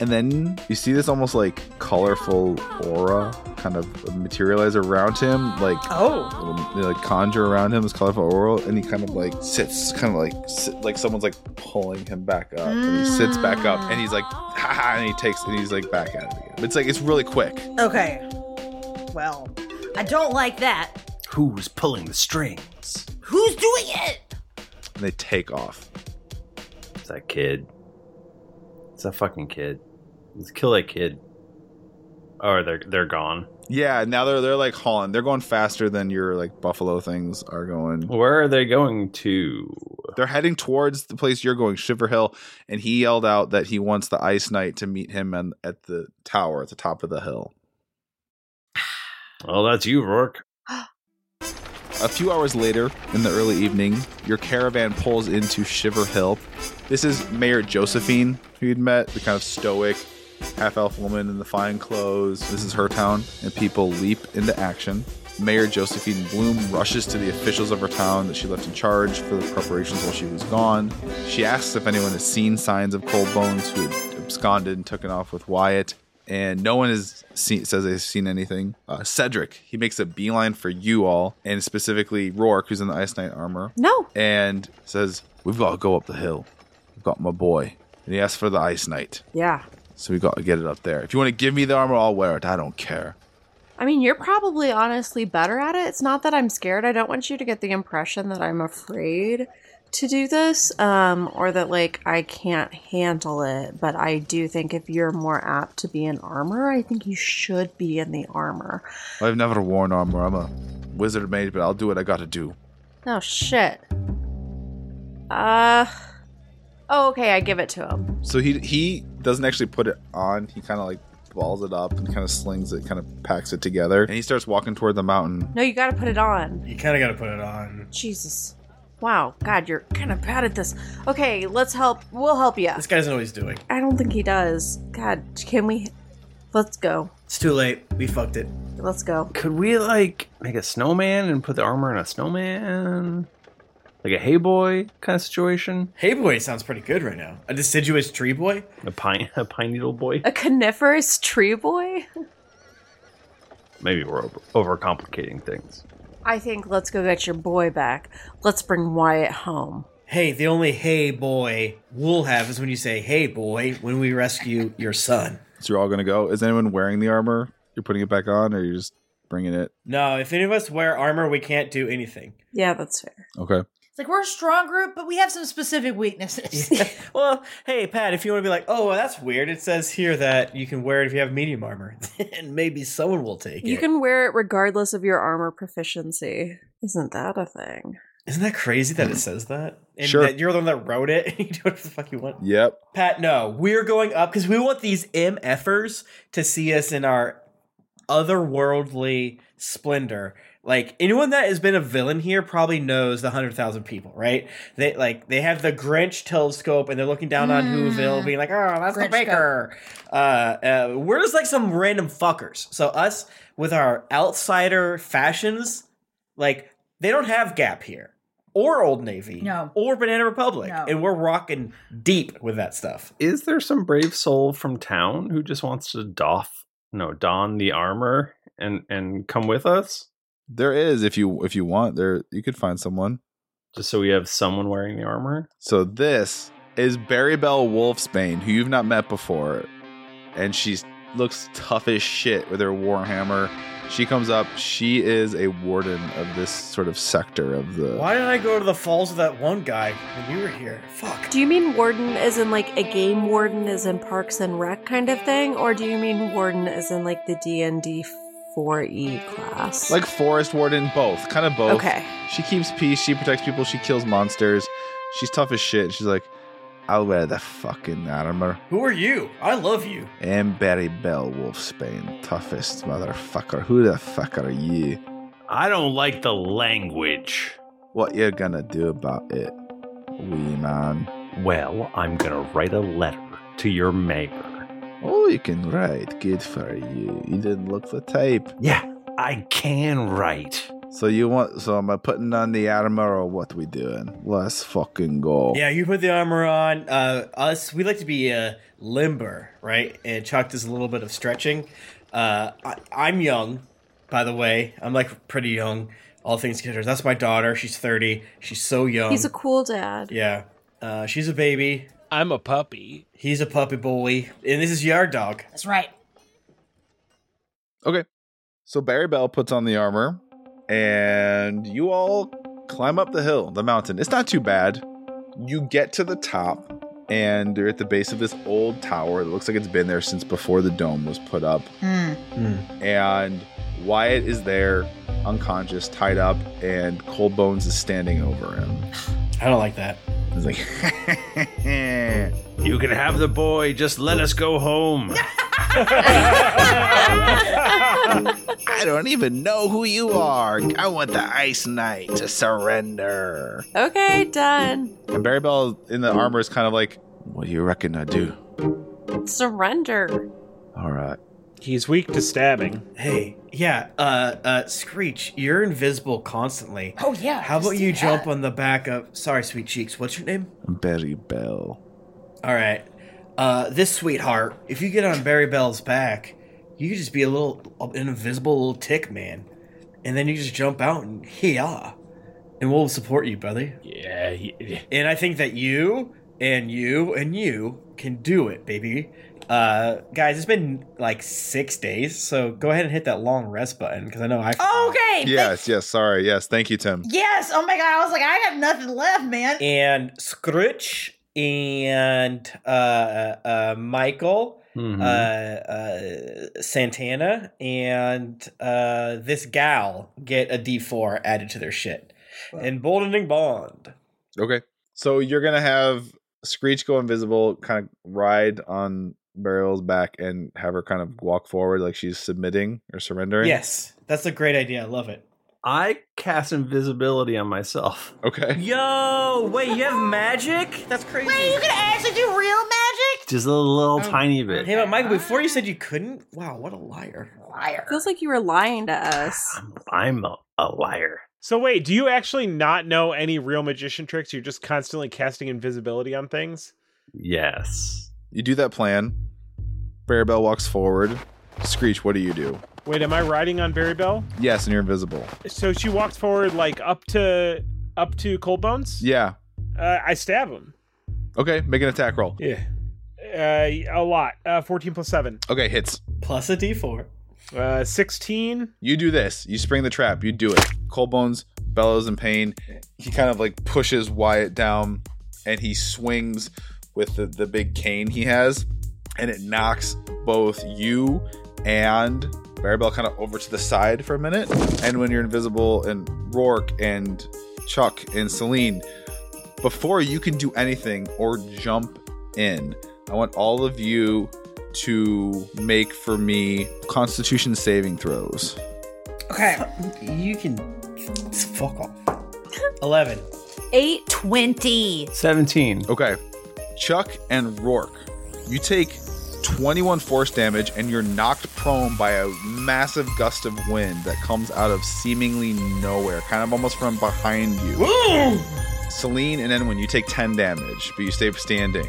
S6: And then you see this almost like colorful aura kind of materialize around him, like
S5: Oh.
S6: little- they, like conjure around him this colorful aura, and he kind of like sits, kind of like sit, like someone's like pulling him back up, and he sits back up, and he's like, *laughs* ha ha, and he takes, and he's like back at it again. It's like it's really quick.
S5: Okay. Well, I don't like that.
S1: Who's pulling the strings?
S5: Who's doing it?
S6: And they take off.
S1: It's that kid. It's that fucking kid. Let's kill that kid. Or they're they're gone.
S6: Yeah, now they're they're like hauling. They're going faster than your like buffalo things are going.
S1: Where are they going to?
S6: They're heading towards the place you're going, Shiver Hill, and he yelled out that he wants the Ice Knight to meet him and at the tower at the top of the hill.
S1: Well, that's you, Rourke.
S6: A few hours later, in the early evening, your caravan pulls into Shiver Hill. This is Mayor Josephine, who you'd met, the kind of stoic, half elf woman in the fine clothes. This is her town, and people leap into action. Mayor Josephine Bloom rushes to the officials of her town that she left in charge for the preparations while she was gone. She asks if anyone has seen signs of Cold Bones who had absconded and taken off with Wyatt and no one has seen, says they've seen anything. Uh, Cedric, he makes a beeline for you all, and specifically Rourke, who's in the Ice Knight armor,
S8: No.
S6: and says, We've got to go up the hill. I've got my boy. And he asks for the Ice Knight.
S2: Yeah.
S6: So we got to get it up there. If you want to give me the armor, I'll wear it. I don't care.
S2: I mean, you're probably honestly better at it. It's not that I'm scared. I don't want you to get the impression that I'm afraid to do this um, or that, like, I can't handle it. But I do think if you're more apt to be in armor, I think you should be in the armor.
S6: I've never worn armor. I'm a wizard mage, but I'll do what I got to do.
S2: Oh, shit. Uh. Oh, okay. I give it to him.
S6: So he he doesn't actually put it on. He kind of like balls it up and kind of slings it, kind of packs it together, and he starts walking toward the mountain.
S2: No, you got to put it on.
S4: You kind of got to put it on.
S2: Jesus. Wow. God, you're kind of bad at this. Okay, let's help. We'll help you.
S4: This guy doesn't know what he's doing.
S2: I don't think he does. God, can we? Let's go.
S4: It's too late. We fucked it.
S2: Let's go.
S1: Could we like make a snowman and put the armor in a snowman? Like a hey boy kind of situation?
S4: Hey boy sounds pretty good right now. A deciduous tree boy?
S1: A pine *laughs* a pine needle boy?
S2: A coniferous tree boy?
S1: Maybe we're over, overcomplicating things.
S2: I think let's go get your boy back. Let's bring Wyatt home.
S4: Hey, the only hey boy we'll have is when you say hey boy when we rescue your son.
S6: So you're all gonna go. Is anyone wearing the armor? You're putting it back on, or you're just bringing it?
S4: No, if any of us wear armor, we can't do anything.
S2: Yeah, that's fair.
S6: Okay.
S5: It's like we're a strong group, but we have some
S4: *laughs*
S5: specific weaknesses.
S4: well, hey, Pat, if you want to be like, oh, well, that's weird, it says here that you can wear it if you have medium armor, *laughs* then maybe someone will take
S2: You
S4: it.
S2: can wear it regardless of your armor proficiency. Isn't that a thing?
S4: Isn't that crazy that it says that? And
S6: Sure.
S4: that you're the one that wrote it, *laughs* and you do whatever the fuck you want.
S6: Yep.
S4: Pat, no, we're going up because we want these MFers to see us in our otherworldly splendor. Like anyone that has been a villain here probably knows the hundred thousand people, right? They like they have the Grinch telescope and they're looking down on Whoville, being like, "Oh, that's the
S5: Mm. Grinch
S4: baker." Uh, uh, we're just like some random fuckers. So us with our outsider fashions, like they don't have Gap here or Old Navy,
S5: No.
S4: or Banana Republic,
S5: No.
S4: and we're rocking deep with that stuff.
S1: Is there some brave soul from town who just wants to doff no, don the armor and and come with us?
S6: There is if you if you want there you could find someone.
S1: Just so we have someone wearing the armor?
S6: So this is Barry Bell Wolfsbane, who you've not met before, and she's looks tough as shit with her warhammer. She comes up. She is a warden of this sort of sector of the.
S4: Why did I go to the falls with that one guy when you were here? Fuck.
S2: Do you mean warden as in like a game warden as in Parks and Rec kind of thing, or do you mean warden as in like the D and D four E class?
S6: Like forest warden, both kind of both.
S2: okay,
S6: She keeps peace. She protects people. She kills monsters. She's tough as shit. She's like, I'll wear the fucking armor
S4: Who are you? I love you.
S6: and Barry Bell, Wolfsbane, toughest motherfucker. Who the fuck are you?
S1: I don't like the language.
S6: What you gonna do about it, wee man?
S1: Well, I'm gonna write a letter to your mayor.
S6: Oh, you can write. Good for you. You didn't look the type.
S1: Yeah, I can write.
S6: So you want? So am I putting on the armor or what we doing? Let's fucking go.
S4: Yeah, you put the armor on. Uh, us, we like to be uh, limber, right? And Chuck does a little bit of stretching. Uh, I, I'm young, by the way. I'm like pretty young, all things considered. That's my daughter. She's 30. She's so young.
S2: he's a cool dad.
S4: yeah. Uh, she's a baby.
S9: I'm a puppy.
S4: He's a puppy boy. And this is Yard Dog.
S5: That's right.
S6: Okay. So Barry Bell puts on the armor, and you all climb up the hill, the mountain. It's not too bad. You get to the top, and you're at the base of this old tower. It looks like it's been there since before the dome was put up.
S5: Mm.
S6: And Wyatt is there, unconscious, tied up, and Cold Bones is standing over him.
S4: I don't like that.
S6: He's like,
S1: You can have the boy, just let us go home.
S6: *laughs* I don't even know who you are. I want the Ice Knight to surrender.
S2: Okay, done.
S6: And Barry Bell in the armor is kind of like, What do you reckon I do?
S2: Surrender.
S6: All right.
S9: He's weak to stabbing.
S4: Hey,
S5: Oh.
S4: yeah, uh, uh, Screech, you're invisible constantly.
S5: Oh yeah.
S4: How about
S5: just
S4: you
S5: do
S4: jump
S5: that.
S4: on the back of. Sorry, sweet cheeks. What's your name?
S6: Barry Bell.
S4: All right. Uh, this sweetheart, if you get on Barry Bell's back, you could just be a little an invisible little tick man, and then you just jump out and yeah, and we'll support you, brother.
S9: Yeah. He,
S4: And I think that you and you and you can do it, baby. Uh, guys, it's been like six days, so go ahead and hit that long rest button because I know I.
S5: Oh, okay.
S6: Yes, yes, sorry. Yes, thank you, Tim.
S5: Yes. Oh my god. I was like, I got nothing left, man.
S4: And Scritch and uh, uh, Michael
S1: Mhm.
S4: uh, uh, Santana and uh, this gal get a D4 added to their shit. And Boldening Bond.
S6: Okay. So you're going to have Screech go invisible, kind of ride on Barry Bell's back and have her kind of walk forward like she's submitting or surrendering?
S4: Yes, that's a great idea. I love it.
S1: I cast invisibility on myself.
S6: Okay.
S4: *laughs* Yo, wait, you have magic? That's crazy.
S5: Wait, you can actually do real magic?
S1: Just a little tiny bit.
S4: Hey, but Michael, before you said you couldn't, wow, what a liar.
S5: Liar.
S2: Feels like you were lying to us.
S1: I'm, I'm a, a liar.
S9: So wait, do you actually not know any real magician tricks? You're just constantly casting invisibility on things.
S1: Yes.
S6: You do that plan. Barry Bell walks forward. Screech, what do you do?
S9: Wait, am I riding on Barry Bell?
S6: Yes, and you're invisible.
S9: So she walks forward like up to up to Cold Bones.
S6: Yeah.
S9: Uh, I stab him.
S6: Okay, make an attack roll.
S9: Yeah. Uh, a lot. Uh, 14 plus 7.
S6: Okay, hits.
S4: Plus a D4.
S9: Uh, 16.
S6: You do this. You spring the trap. You do it. Cold Bones bellows in pain. He kind of like pushes Wyatt down and he swings with the, the big cane he has and it knocks both you and Maribel kind of over to the side for a minute. And when you're invisible and Rourke and Chuck and Celine, before you can do anything or jump in, I want all of you to make for me constitution saving throws.
S5: Okay.
S4: You can fuck off. 11.
S5: Eight twenty.
S1: 17.
S6: Okay. Chuck and Rourke, you take 21 force damage and you're knocked prone by a massive gust of wind that comes out of seemingly nowhere, kind of almost from behind you. Celine and Enwin, you take 10 damage, but you stay standing.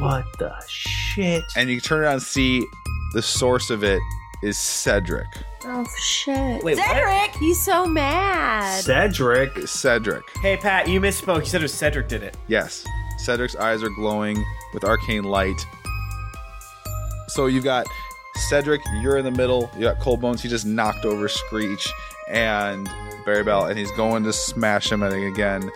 S1: What the shit?
S6: And you turn around and see the source of it is Cedric.
S2: Oh shit.
S4: Wait, what?
S5: Cedric.
S2: He's so mad.
S1: Cedric.
S6: Cedric.
S4: Hey, Pat, you misspoke. You said it was Cedric did it.
S6: Yes. Cedric's eyes are glowing with arcane light. So you've got Cedric, you're in the middle. You got Cold Bones. He just knocked over Screech and Barry Bell, and he's going to smash him again.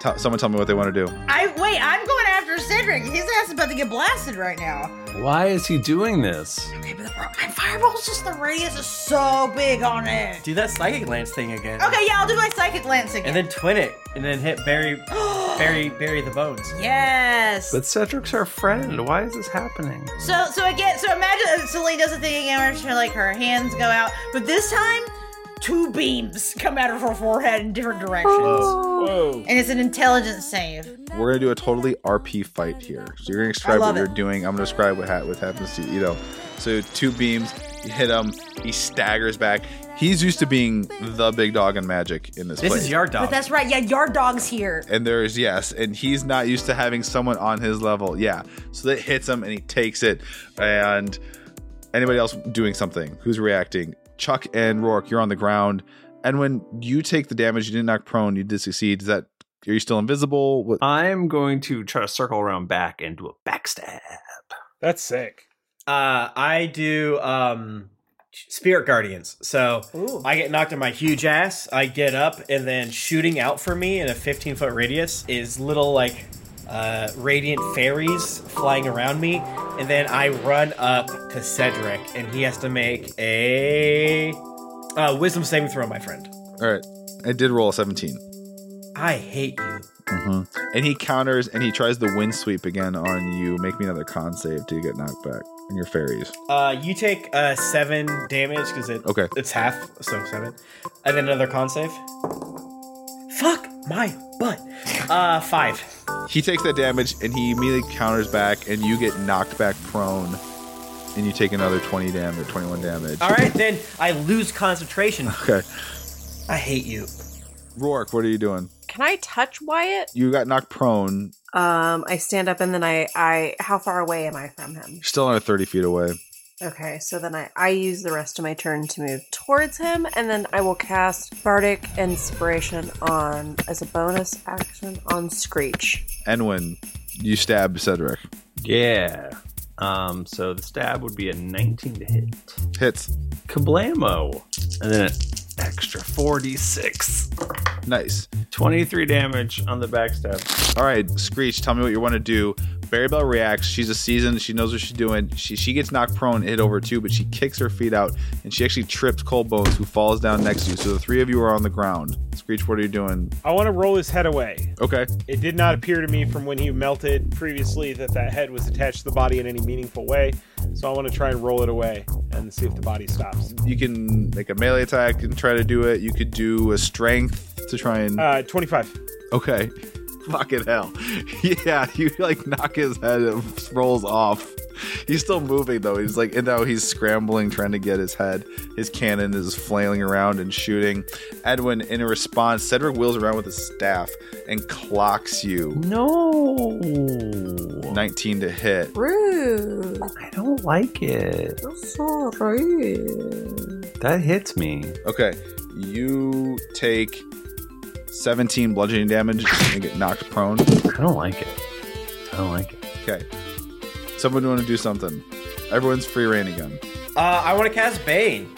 S6: T- someone tell me what they want to do.
S5: I wait. I'm going after Cedric. His ass is about to get blasted right now.
S1: Why is he doing this?
S5: Okay, but the, my fireball's just the radius is so big on it.
S4: Do that psychic lance thing again.
S5: Okay, yeah, I'll do my psychic lance again.
S4: And then twin it, and then hit Barry, *gasps* Barry, Barry the bones.
S5: *gasps* yes.
S1: But Cedric's our friend. Why is this happening?
S5: So so again, so imagine so Lee does the thing again where she like her hands go out, but this time two beams come out of her forehead in different directions.
S9: Whoa.
S5: And it's an intelligence save.
S6: We're gonna do a totally RP fight here. So you're gonna describe
S5: love
S6: what you're
S5: it.
S6: doing. I'm gonna describe what ha- what happens to you. know. So two beams, you hit him. He staggers back. He's used to being the big dog in Magic in this.
S4: This
S6: place.
S4: is yard
S5: But
S4: dog.
S5: that's right, yeah, yard dog's here.
S6: and there is yes, and he's not used to having someone on his level. Yeah, so that hits him and he takes it. And anybody else doing something? Who's reacting? Chuck and Rourke, you're on the ground. And when you take the damage, you didn't knock prone. You did succeed. Is that are you still invisible? What,
S1: I'm going to try to circle around back and do a backstab.
S9: That's sick.
S4: Uh, I do um, spirit guardians. So I get knocked on my huge ass. I get up, and then shooting out for me in a 15 foot radius is little like uh, radiant fairies flying around me. And then I run up to Cedric, and he has to make a uh, wisdom saving throw, my friend.
S6: all right, I did roll a 17.
S4: I hate you.
S6: And he counters and he tries the wind sweep again on you. Make me another con save to get knocked back. And your fairies.
S4: Uh, you take uh, seven damage because it,
S6: Okay.
S4: it's half, so seven. And then another con save. Fuck my butt. Uh, five.
S6: He takes that damage and he immediately counters back, and you get knocked back prone. And you take another 20 damage, 21 damage.
S4: All right, then I lose concentration.
S6: Okay.
S4: I hate you.
S6: Rourke, what are you doing?
S2: Can I touch Wyatt?
S6: You got knocked prone.
S10: Um, I stand up and then I, I, how far away am I from him?
S6: You're still under 30 feet away.
S10: Okay, so then I, I use the rest of my turn to move towards him, and then I will cast Bardic Inspiration on as a bonus action on Screech.
S6: Enwin, you stab Cedric.
S1: Yeah. Um, so the stab would be a 19 to hit.
S6: Hits.
S1: Kablamo. And then an extra 46.
S6: Nice.
S1: 23 damage on the backstab.
S6: All right, Screech, tell me what you want to do. Barry Bell reacts. She's a seasoned. She knows what she's doing. She she gets knocked prone, hit over too, but she kicks her feet out and she actually trips Cold Bones, who falls down next to you. So the three of you are on the ground. Screech, what are you doing?
S9: I want to roll his head away.
S6: Okay.
S9: It did not appear to me from when he melted previously that that head was attached to the body in any meaningful way. So I want to try and roll it away and see if the body stops.
S6: You can make a melee attack and try to do it. You could do a strength to try and.
S9: Uh, 25.
S6: okay. *laughs* Fucking hell. *laughs* yeah, you like knock his head, it rolls off. He's still moving though. He's like, and now he's scrambling, trying to get his head. His cannon is flailing around and shooting. Edwin, in response, Cedric wheels around with his staff and clocks you.
S1: No.
S6: 19 to hit.
S10: Rude.
S1: I don't like it.
S10: So rude.
S1: That hits me.
S6: Okay, you take 17 bludgeoning damage and get knocked prone.
S1: I don't like it. I don't like it.
S6: Okay. Someone want to do something. Everyone's free reign again.
S4: Uh, I want to cast Bane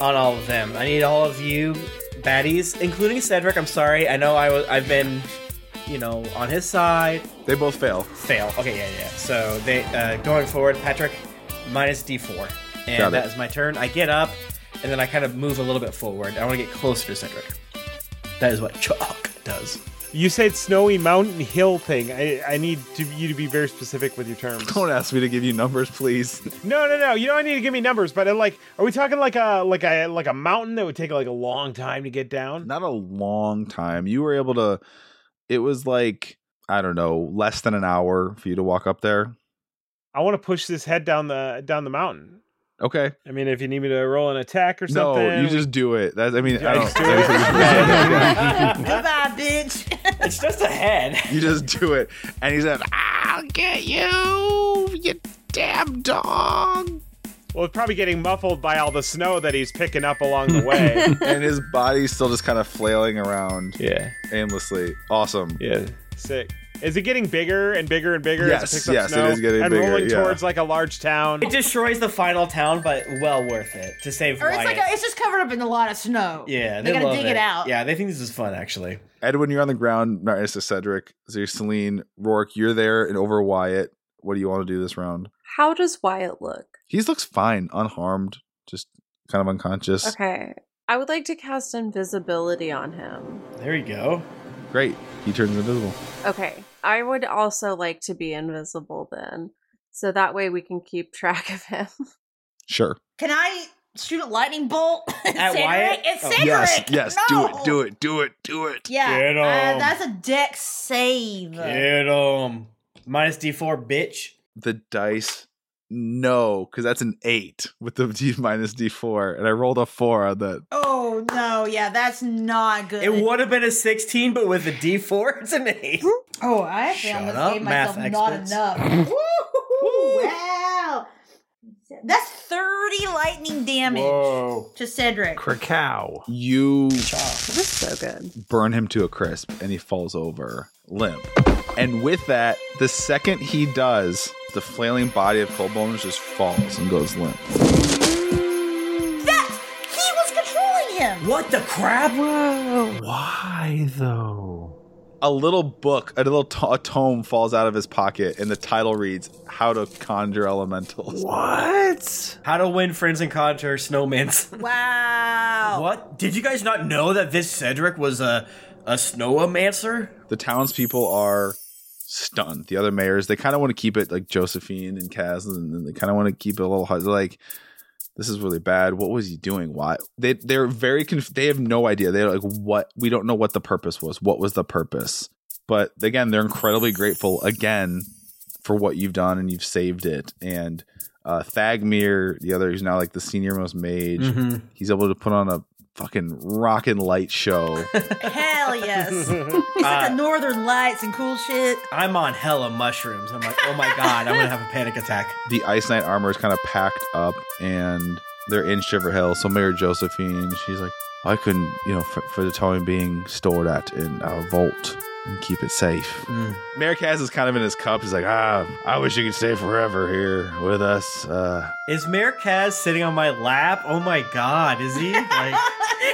S4: on all of them. I need all of you baddies, including Cedric. I'm sorry. I know I was, I've been, you know, on his side.
S6: They both fail. *laughs*
S4: Fail. Okay, yeah, yeah. So they uh, going forward, Patrick minus D4,
S6: Got it.
S4: and that is my turn. I get up, and then I kind of move a little bit forward. I want to get closer to Cedric. That is what Chalk does.
S9: You said snowy mountain hill thing. I, I need to, you to be very specific with your terms.
S6: Don't ask me to give you numbers, please. *laughs*
S9: No, no, no. You don't need to give me numbers, but uh, like, are we talking like a like a like a mountain that would take like a long time to get down?
S6: Not a long time. You were able to. It was like I don't know, less than an hour for you to walk up there.
S9: I want to push this head down the down the mountain.
S6: Okay.
S9: I mean, if you need me to roll an attack or something,
S6: No, you
S9: we-
S6: just do it. That's, I mean, I
S9: I
S6: don't. *laughs*
S9: just do
S5: Goodbye, bitch.
S4: It's just a head.
S6: you just do *laughs* it, and he said, "I'll get you, you damn dog."
S9: well, it's probably getting muffled by all the snow that he's picking up along the
S6: *laughs*
S9: way.
S6: and his body's still just kind of flailing around
S1: Yeah.
S6: aimlessly. Awesome.
S1: Yeah.
S9: Sick. Is it getting bigger and bigger and bigger
S6: Yes,
S9: as it picks up
S6: yes, it
S9: snow?
S6: is getting
S9: and
S6: bigger,
S9: rolling
S6: yeah.
S9: towards like a large town.
S4: It destroys the final town, but well worth it to save
S5: Or it's
S4: Wyatt.
S5: like a, it's just covered up in a lot of snow.
S4: yeah,
S5: they,
S4: they,
S5: gotta
S4: love
S5: dig it, out.
S4: Yeah, they think this is fun actually.
S6: Edwin, you're on the ground. Marius is Cedric. There's Celine, Rourke. You're there and over Wyatt. What do you want to do this round?
S10: How does Wyatt look?
S6: He looks fine, unharmed, just kind of unconscious.
S10: Okay. I would like to cast invisibility on him.
S4: There you go.
S6: Great. He turns invisible.
S10: Okay. I would also like to be invisible then. So that way we
S2: *laughs*
S10: can keep track of him.
S6: Sure.
S5: Can I shoot a lightning bolt *laughs*
S4: At
S5: Cedric?
S4: Wyatt?
S5: It's
S4: Oh.
S5: Cedric.
S6: Yes, yes. Do it,
S5: No!
S6: do it, do it, do it.
S5: Yeah,
S4: Get
S5: uh,
S4: 'em.
S5: that's a deck save.
S4: Get 'em. Minus D4, bitch.
S6: The dice, no, because that's an eight with the *laughs* D minus D4. And I rolled a four on that.
S5: Oh no, yeah, that's not good.
S4: It would have been a 16, but with a D4, it's an 8.
S5: Oh, I actually
S4: Shut
S5: almost
S4: up,
S5: gave myself
S4: math
S5: not
S4: experts. *laughs*
S5: enough. Woo! wow, that's thirty lightning damage to Cedric.
S1: Krakow.
S6: You
S10: That's so good.
S6: burn him to a crisp and he falls over limp. And with that, the second he does, the flailing body of Cold Bones just falls and goes limp.
S5: That he was controlling him.
S4: What the crap?
S10: Whoa.
S1: Why though?
S6: A little book, a little to- a tome falls out of his pocket, and the title reads How to Conjure Elementals.
S1: What?
S4: How to win friends and conjure
S5: *laughs*
S4: snowmans.
S5: Wow.
S4: What? Did you guys not know that this Cedric was a a snowmancer?
S6: The townspeople are stunned. The other mayors, they kind of want to keep it like Josephine and Kaz, and and they kind of want to keep it a little hard. They're like, this is really bad. What was he doing? Why? They they're very conf- they have no idea. They're like, what? We don't know what the purpose was. What was the purpose? But again, they're incredibly grateful again for what you've done and you've saved it. And uh, Thagmir, the other who's now like the senior most mage,
S4: Mm-hmm.
S6: he's able to put on a fucking rock and light show.
S5: Hell yes.
S4: *laughs*
S5: It's
S4: Uh,
S5: like the Northern Lights and cool shit.
S4: I'm on hella mushrooms. I'm like, oh my god, I'm gonna have *laughs* a panic attack.
S6: the Ice Knight armor is kind of packed up and they're in Shiver Hill. So Mayor Josephine, she's like, I couldn't, you know, for, for the time being, store that in our vault and keep it safe. Mayor Kaz is kind of in his cup. He's like, ah, I wish you could stay forever here with us. Uh,
S4: Is Mayor Kaz sitting on my lap? Oh my god, is *laughs* he? Like,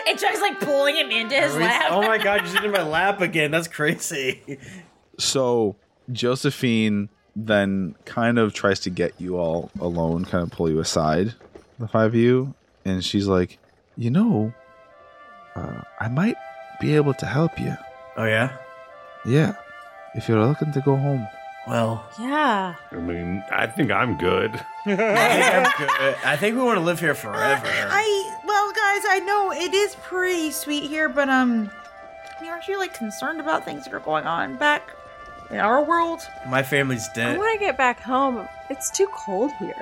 S5: and Chuck's like pulling him into his
S4: are we-
S5: lap.
S4: oh my god, you're sitting in my lap again. That's crazy.
S6: so Josephine then kind of tries to get you all alone, kind of pull you aside, the five of you. And she's like, you know, uh, I might be able to help you.
S4: Oh yeah.
S6: Yeah. If you're looking to go home.
S4: Well,
S2: Yeah.
S1: I mean, I think I'm good.
S4: I think, *laughs* I'm good. I think we want to live here forever.
S5: I well, guys, I know it is pretty sweet here, but um, I mean, aren't you like concerned about things that are going on back in our world?
S4: my family's
S10: I
S4: dead.
S10: want to get back home. It's too cold here.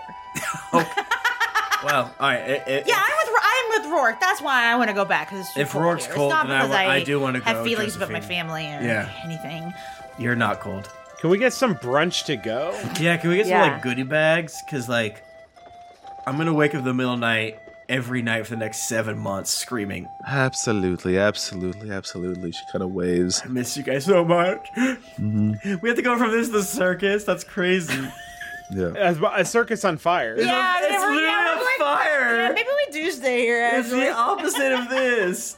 S4: Well, all right. It, it,
S5: Yeah, I'm with Ro- I'm with Rourke. That's why I want to go back because
S4: If Rourke's cold,
S5: it's not
S4: then I
S5: because
S4: wa- I do wanna
S5: have
S4: go,
S5: feelings about my
S4: Josephine.
S5: family or
S4: Yeah.
S5: anything.
S4: You're not cold.
S9: *laughs* Can we get some brunch to go?
S4: Yeah, can we get
S10: Yeah.
S4: some like goodie bags? Cause like, I'm gonna wake up in the middle of the night every night for the next seven months screaming,
S6: Absolutely, absolutely, absolutely. She kind of waves.
S4: "I miss you guys so much." We have to go from this to the circus. That's crazy.
S6: Yeah.
S9: A, a circus on fire.
S5: *laughs* Yeah,
S4: it's
S5: we're-
S4: literally
S5: yeah,
S4: a
S5: we're going-
S4: fire.
S5: Yeah, Uh, maybe we do stay here. *laughs*
S4: it's
S5: Actually.
S4: the opposite of
S5: *laughs*
S4: this.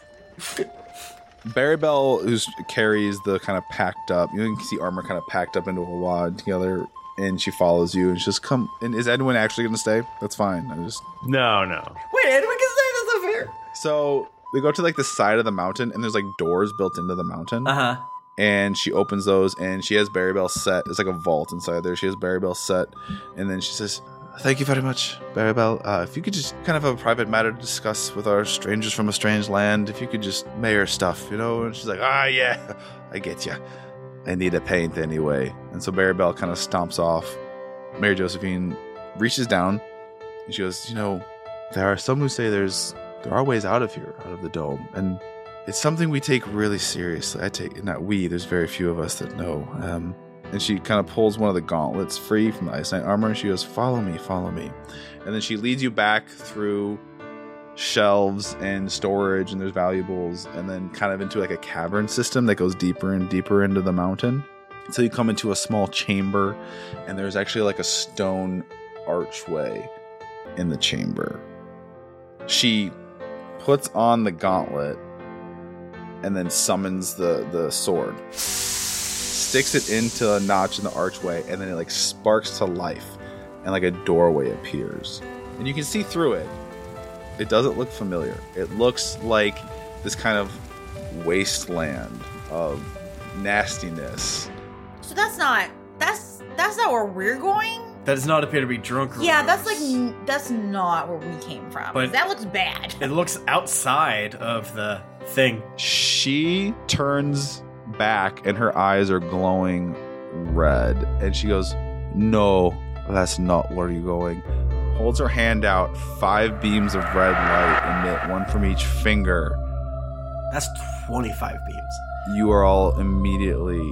S6: Barry Bell, who carries the kind of packed up, you can see armor kind of packed up into a wad together, and she follows you and she's just come. And is Edwin actually going to stay? That's fine. I just
S1: No, no.
S4: Wait, Edwin can say that's not fair.
S6: so we go to like the side of the mountain, and there's like doors built into the mountain,
S4: Uh huh.
S6: and she opens those, and she has Barry Bell set. It's like a vault inside there. She has Barry Bell set, and then she says. Thank you very much, Barry Bell. Uh, if you could just kind of have a private matter to discuss with our strangers from a strange land, if you could just mayor stuff, you know? And she's like, ah, yeah, *laughs* I get ya. I need a paint anyway. And so Barry Bell kind of stomps off. Mary Josephine reaches down and she goes, you know, there are some who say there's there are ways out of here, out of the dome, and it's something we take really seriously. I take not we. There's very few of us that know. Um, and she kind of pulls one of the gauntlets free from the Ice Knight armor. And she goes, "Follow me, follow me," and then she leads you back through shelves and storage, and there's valuables, and then kind of into like a cavern system that goes deeper and deeper into the mountain. until you come into a small chamber, and there's actually like a stone archway in the chamber. She puts on the gauntlet and then summons the the sword, sticks it into a notch in the archway, and then it like sparks to life, and like a doorway appears, and you can see through it. It doesn't look familiar. It looks like this kind of wasteland of nastiness.
S5: So that's not that's that's not where we're going.
S4: That does not appear to be drunk.
S5: Yeah, that's like
S4: Rose.
S5: n- that's not where we came from.
S4: But-
S5: that looks bad.
S4: It looks outside of the thing.
S6: She turns back and her eyes are glowing red and she goes, No, that's not where you're going. Holds her hand out, five beams of red light emit, one from each finger.
S4: That's 25 beams.
S6: You are all immediately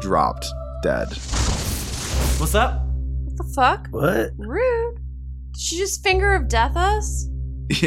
S6: dropped dead. *laughs*
S4: What's up?
S2: What the fuck?
S1: What?
S2: Rude. Did she just finger of death us?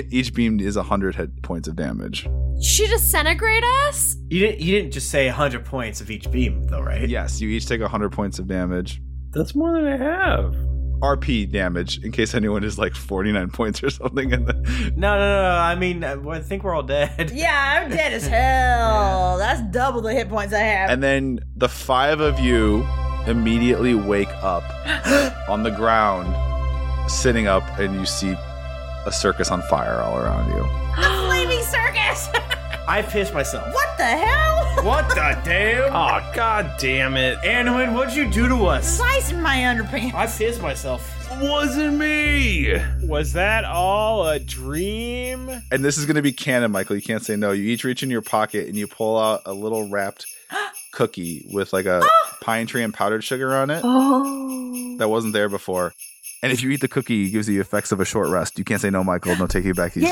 S6: each beam is 100 hit points of damage.
S2: She disintegrate us?
S4: You didn't you didn't just say 100 points of each beam though, right?
S6: Yes, you each take 100 points of damage.
S1: That's more than I have.
S6: RP damage, in case anyone is like 49 points or something. And then
S4: No, no, no, no. I mean, I I think we're all dead.
S5: Yeah, I'm dead as hell. That's double the hit points I have.
S6: And then the five of you immediately wake up on the ground, sitting up, and you see a circus on fire all around you.
S5: the flaming circus. *laughs*
S4: I pissed myself.
S5: what the hell?
S4: What the damn?
S1: Oh, god damn it.
S4: Anwin, what'd you do to us?
S5: Slice in my underpants.
S4: I pissed myself.
S1: It wasn't me.
S9: Was that all a dream?
S6: And this is going to be canon, Michael. You can't say no. You each reach in your pocket and you pull out a little wrapped cookie with like a pine tree and powdered sugar on it
S8: Oh.
S6: that wasn't there before. And if you eat the cookie, it gives you the effects of a short rest. You can't say no, Michael. No, take you back.
S4: Uh,
S6: East.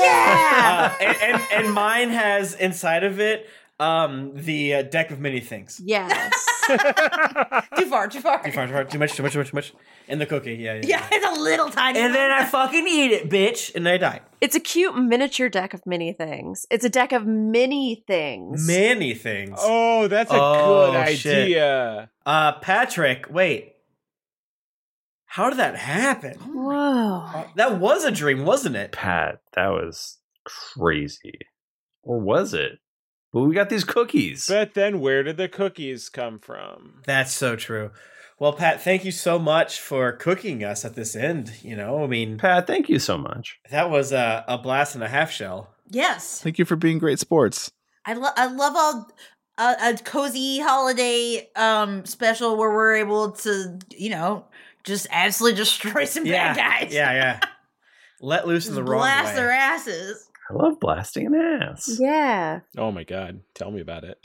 S4: and, and and mine has inside of it um the uh, deck of many things.
S2: Yes.
S5: Too far, too far.
S4: Too far, too far, too much, too much, too much, too much. And the cookie, yeah, yeah.
S5: *laughs* Yeah, it's a little tiny.
S4: And then I fucking eat it, bitch, and I die.
S2: it's a cute miniature deck of many things. It's a deck of many things.
S4: Many things.
S9: Oh, that's a
S4: Oh,
S9: good
S4: shit.
S9: idea.
S4: Uh, Patrick, wait. How did that happen?
S2: Whoa.
S4: Uh, That was a dream, wasn't it?
S1: Pat, that was crazy. Or was it? But we got these cookies.
S9: But then where did the cookies come from?
S4: That's so true. Well, Pat, thank you so much for cooking us at this end. You know, I mean,
S1: Pat, thank you so much.
S4: that was a, a blast and a half shell.
S5: yes,
S6: Thank you for being great sports.
S5: I, lo- I love all. uh, A, a cozy holiday um special where we're able to, you know, just absolutely destroy some
S4: yeah,
S5: bad guys.
S4: yeah, yeah. Let loose in the wrong
S5: blast
S4: way.
S5: their asses.
S1: I love blasting an ass.
S2: Yeah.
S9: Oh my god, tell me about it.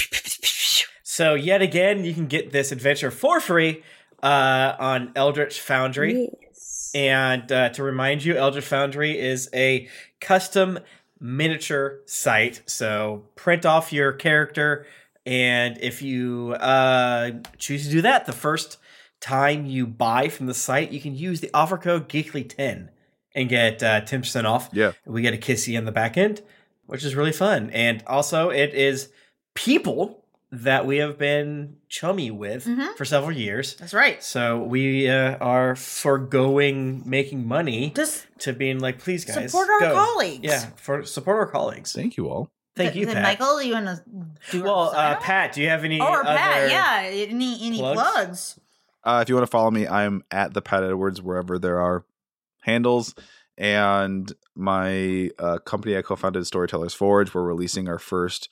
S4: So yet again, you can get this adventure for free uh, on Eldritch Foundry.
S2: Yes.
S4: And uh, to remind you, Eldritch Foundry is a custom miniature site. So print off your character, and if you uh, choose to do that, the first time you buy from the site, you can use the offer code Geekly10 and get uh, 10% off.
S6: Yeah.
S4: We get a kissy on the back end, which is really fun. And also, it is people that we have been chummy with
S5: Mhm.
S4: for several years.
S5: That's right.
S4: So we uh, are foregoing making money
S5: Just
S4: to being like, please guys,
S5: support our
S4: go.
S5: colleagues.
S4: Yeah, for support our colleagues.
S6: Thank you all.
S4: Thank
S5: Th-
S4: you,
S5: then
S4: Pat.
S5: Michael, you want to do our
S4: well, uh,
S5: sign-off?
S4: Pat, do you have any?
S5: Or Pat,
S4: other-
S5: yeah. Any any
S4: plugs?
S5: plugs?
S6: Uh, if you want to follow me, I'm at the Pat Edwards wherever there are handles. And my uh, company I co-founded, Storytellers Forge, we're releasing our first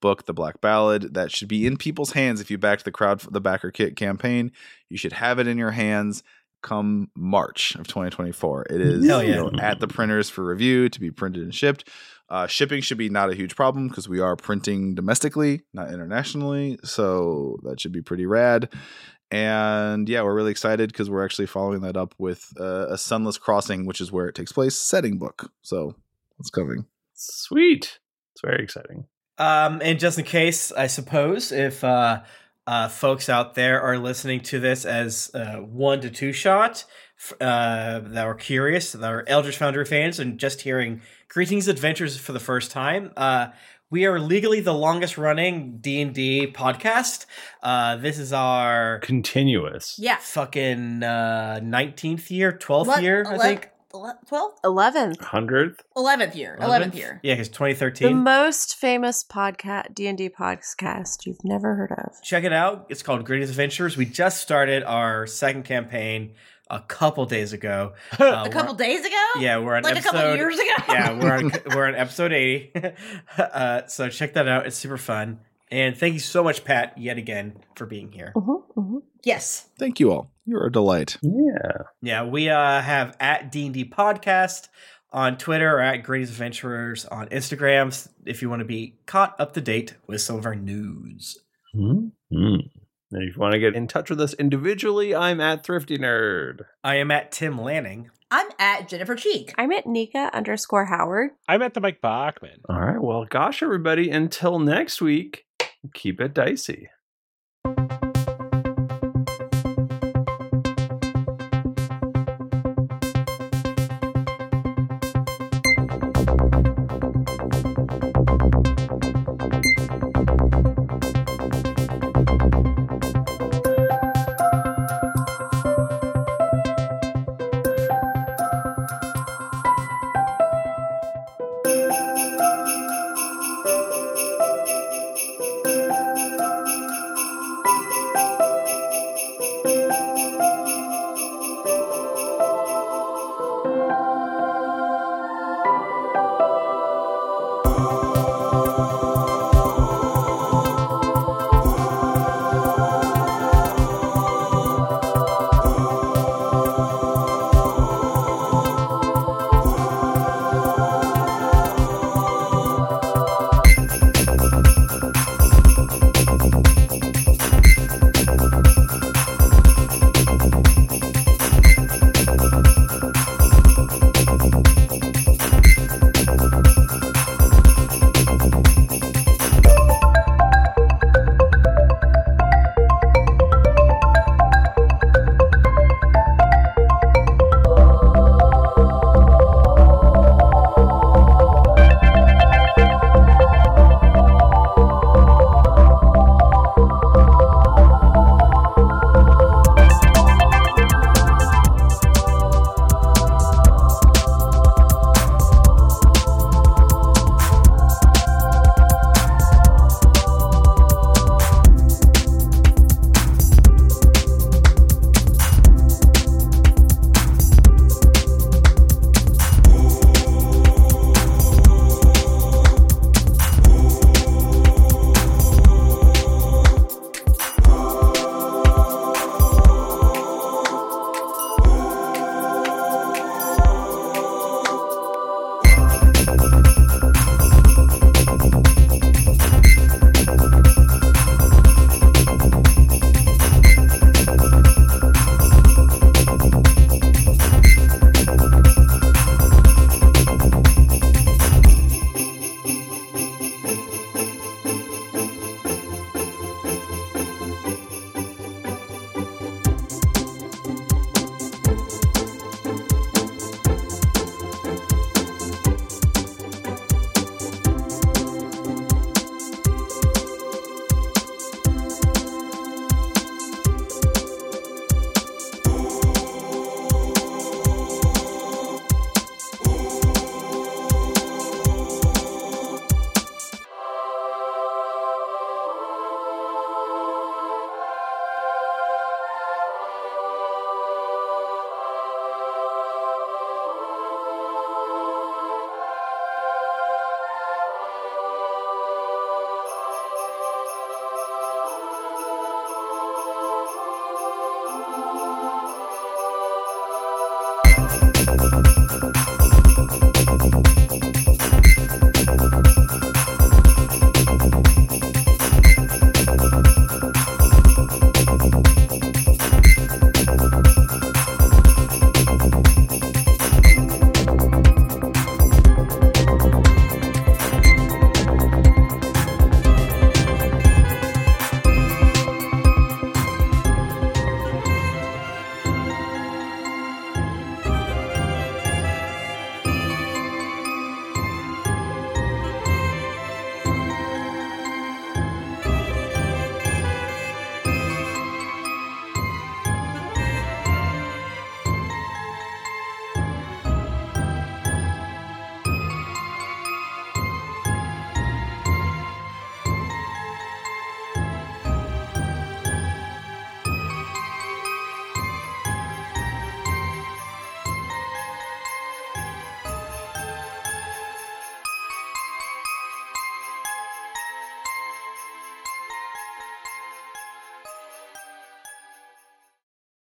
S6: book, The Black Ballad, that should be in people's hands. If you backed the crowd, the backer kit campaign, you should have it in your hands come March of 2024. It is
S4: Hell
S6: you
S4: yeah.
S6: know, at the printers for review to be printed and shipped. Uh, shipping should be not a huge problem because we are printing domestically, not internationally. So that should be pretty rad. And yeah, we're really excited because we're actually following that up with uh, a Sunless Crossing, which is where it takes place, setting book. So that's coming.
S1: Sweet. It's very exciting.
S4: Um, and just in case, I suppose if uh, uh, folks out there are listening to this as uh, one to two shot f- uh, that are curious, that are Eldritch Foundry fans, and just hearing greetings adventures for the first time, uh, We are legally the longest running D and D podcast. Uh, this is our
S1: Continuous.
S5: Yeah.
S4: fucking uh, nineteenth year, twelfth
S5: Ele-
S4: year,
S5: ele-
S4: I think.
S5: ele- 12th?
S10: 11th.
S1: 100th?
S5: 11th year. 11th year.
S4: Yeah, because twenty
S10: The
S4: thirteen.
S10: most famous podcast D&D podcast you've never heard of.
S4: Check it out. It's called Greatest Adventures. We just started our second campaign a couple days
S5: *laughs*
S4: ago. Uh,
S5: A couple
S4: we're-
S5: days ago?
S4: Yeah, we're on
S5: Like
S4: episode.
S5: a couple years ago?
S4: *laughs* yeah, we're on we're on episode eighty. *laughs* uh, so check that out. It's super fun. And thank you so much, Pat, yet again for being here.
S5: *laughs* yes.
S6: Thank you all. You're a delight.
S1: Yeah.
S4: Yeah, we uh, have at D and D podcast on Twitter or at Greatest Adventurers on Instagram s- if you want to be caught up to date with some of our news.
S1: mm And if you want to get in touch with us individually, I'm at Thrifty Nerd.
S4: I am at Tim Lanning.
S5: I'm at Jennifer Cheek.
S10: I'm at Nika underscore Howard.
S9: I'm at the Mike Bachman.
S1: All right. Well, gosh, everybody, until next week, keep it dicey.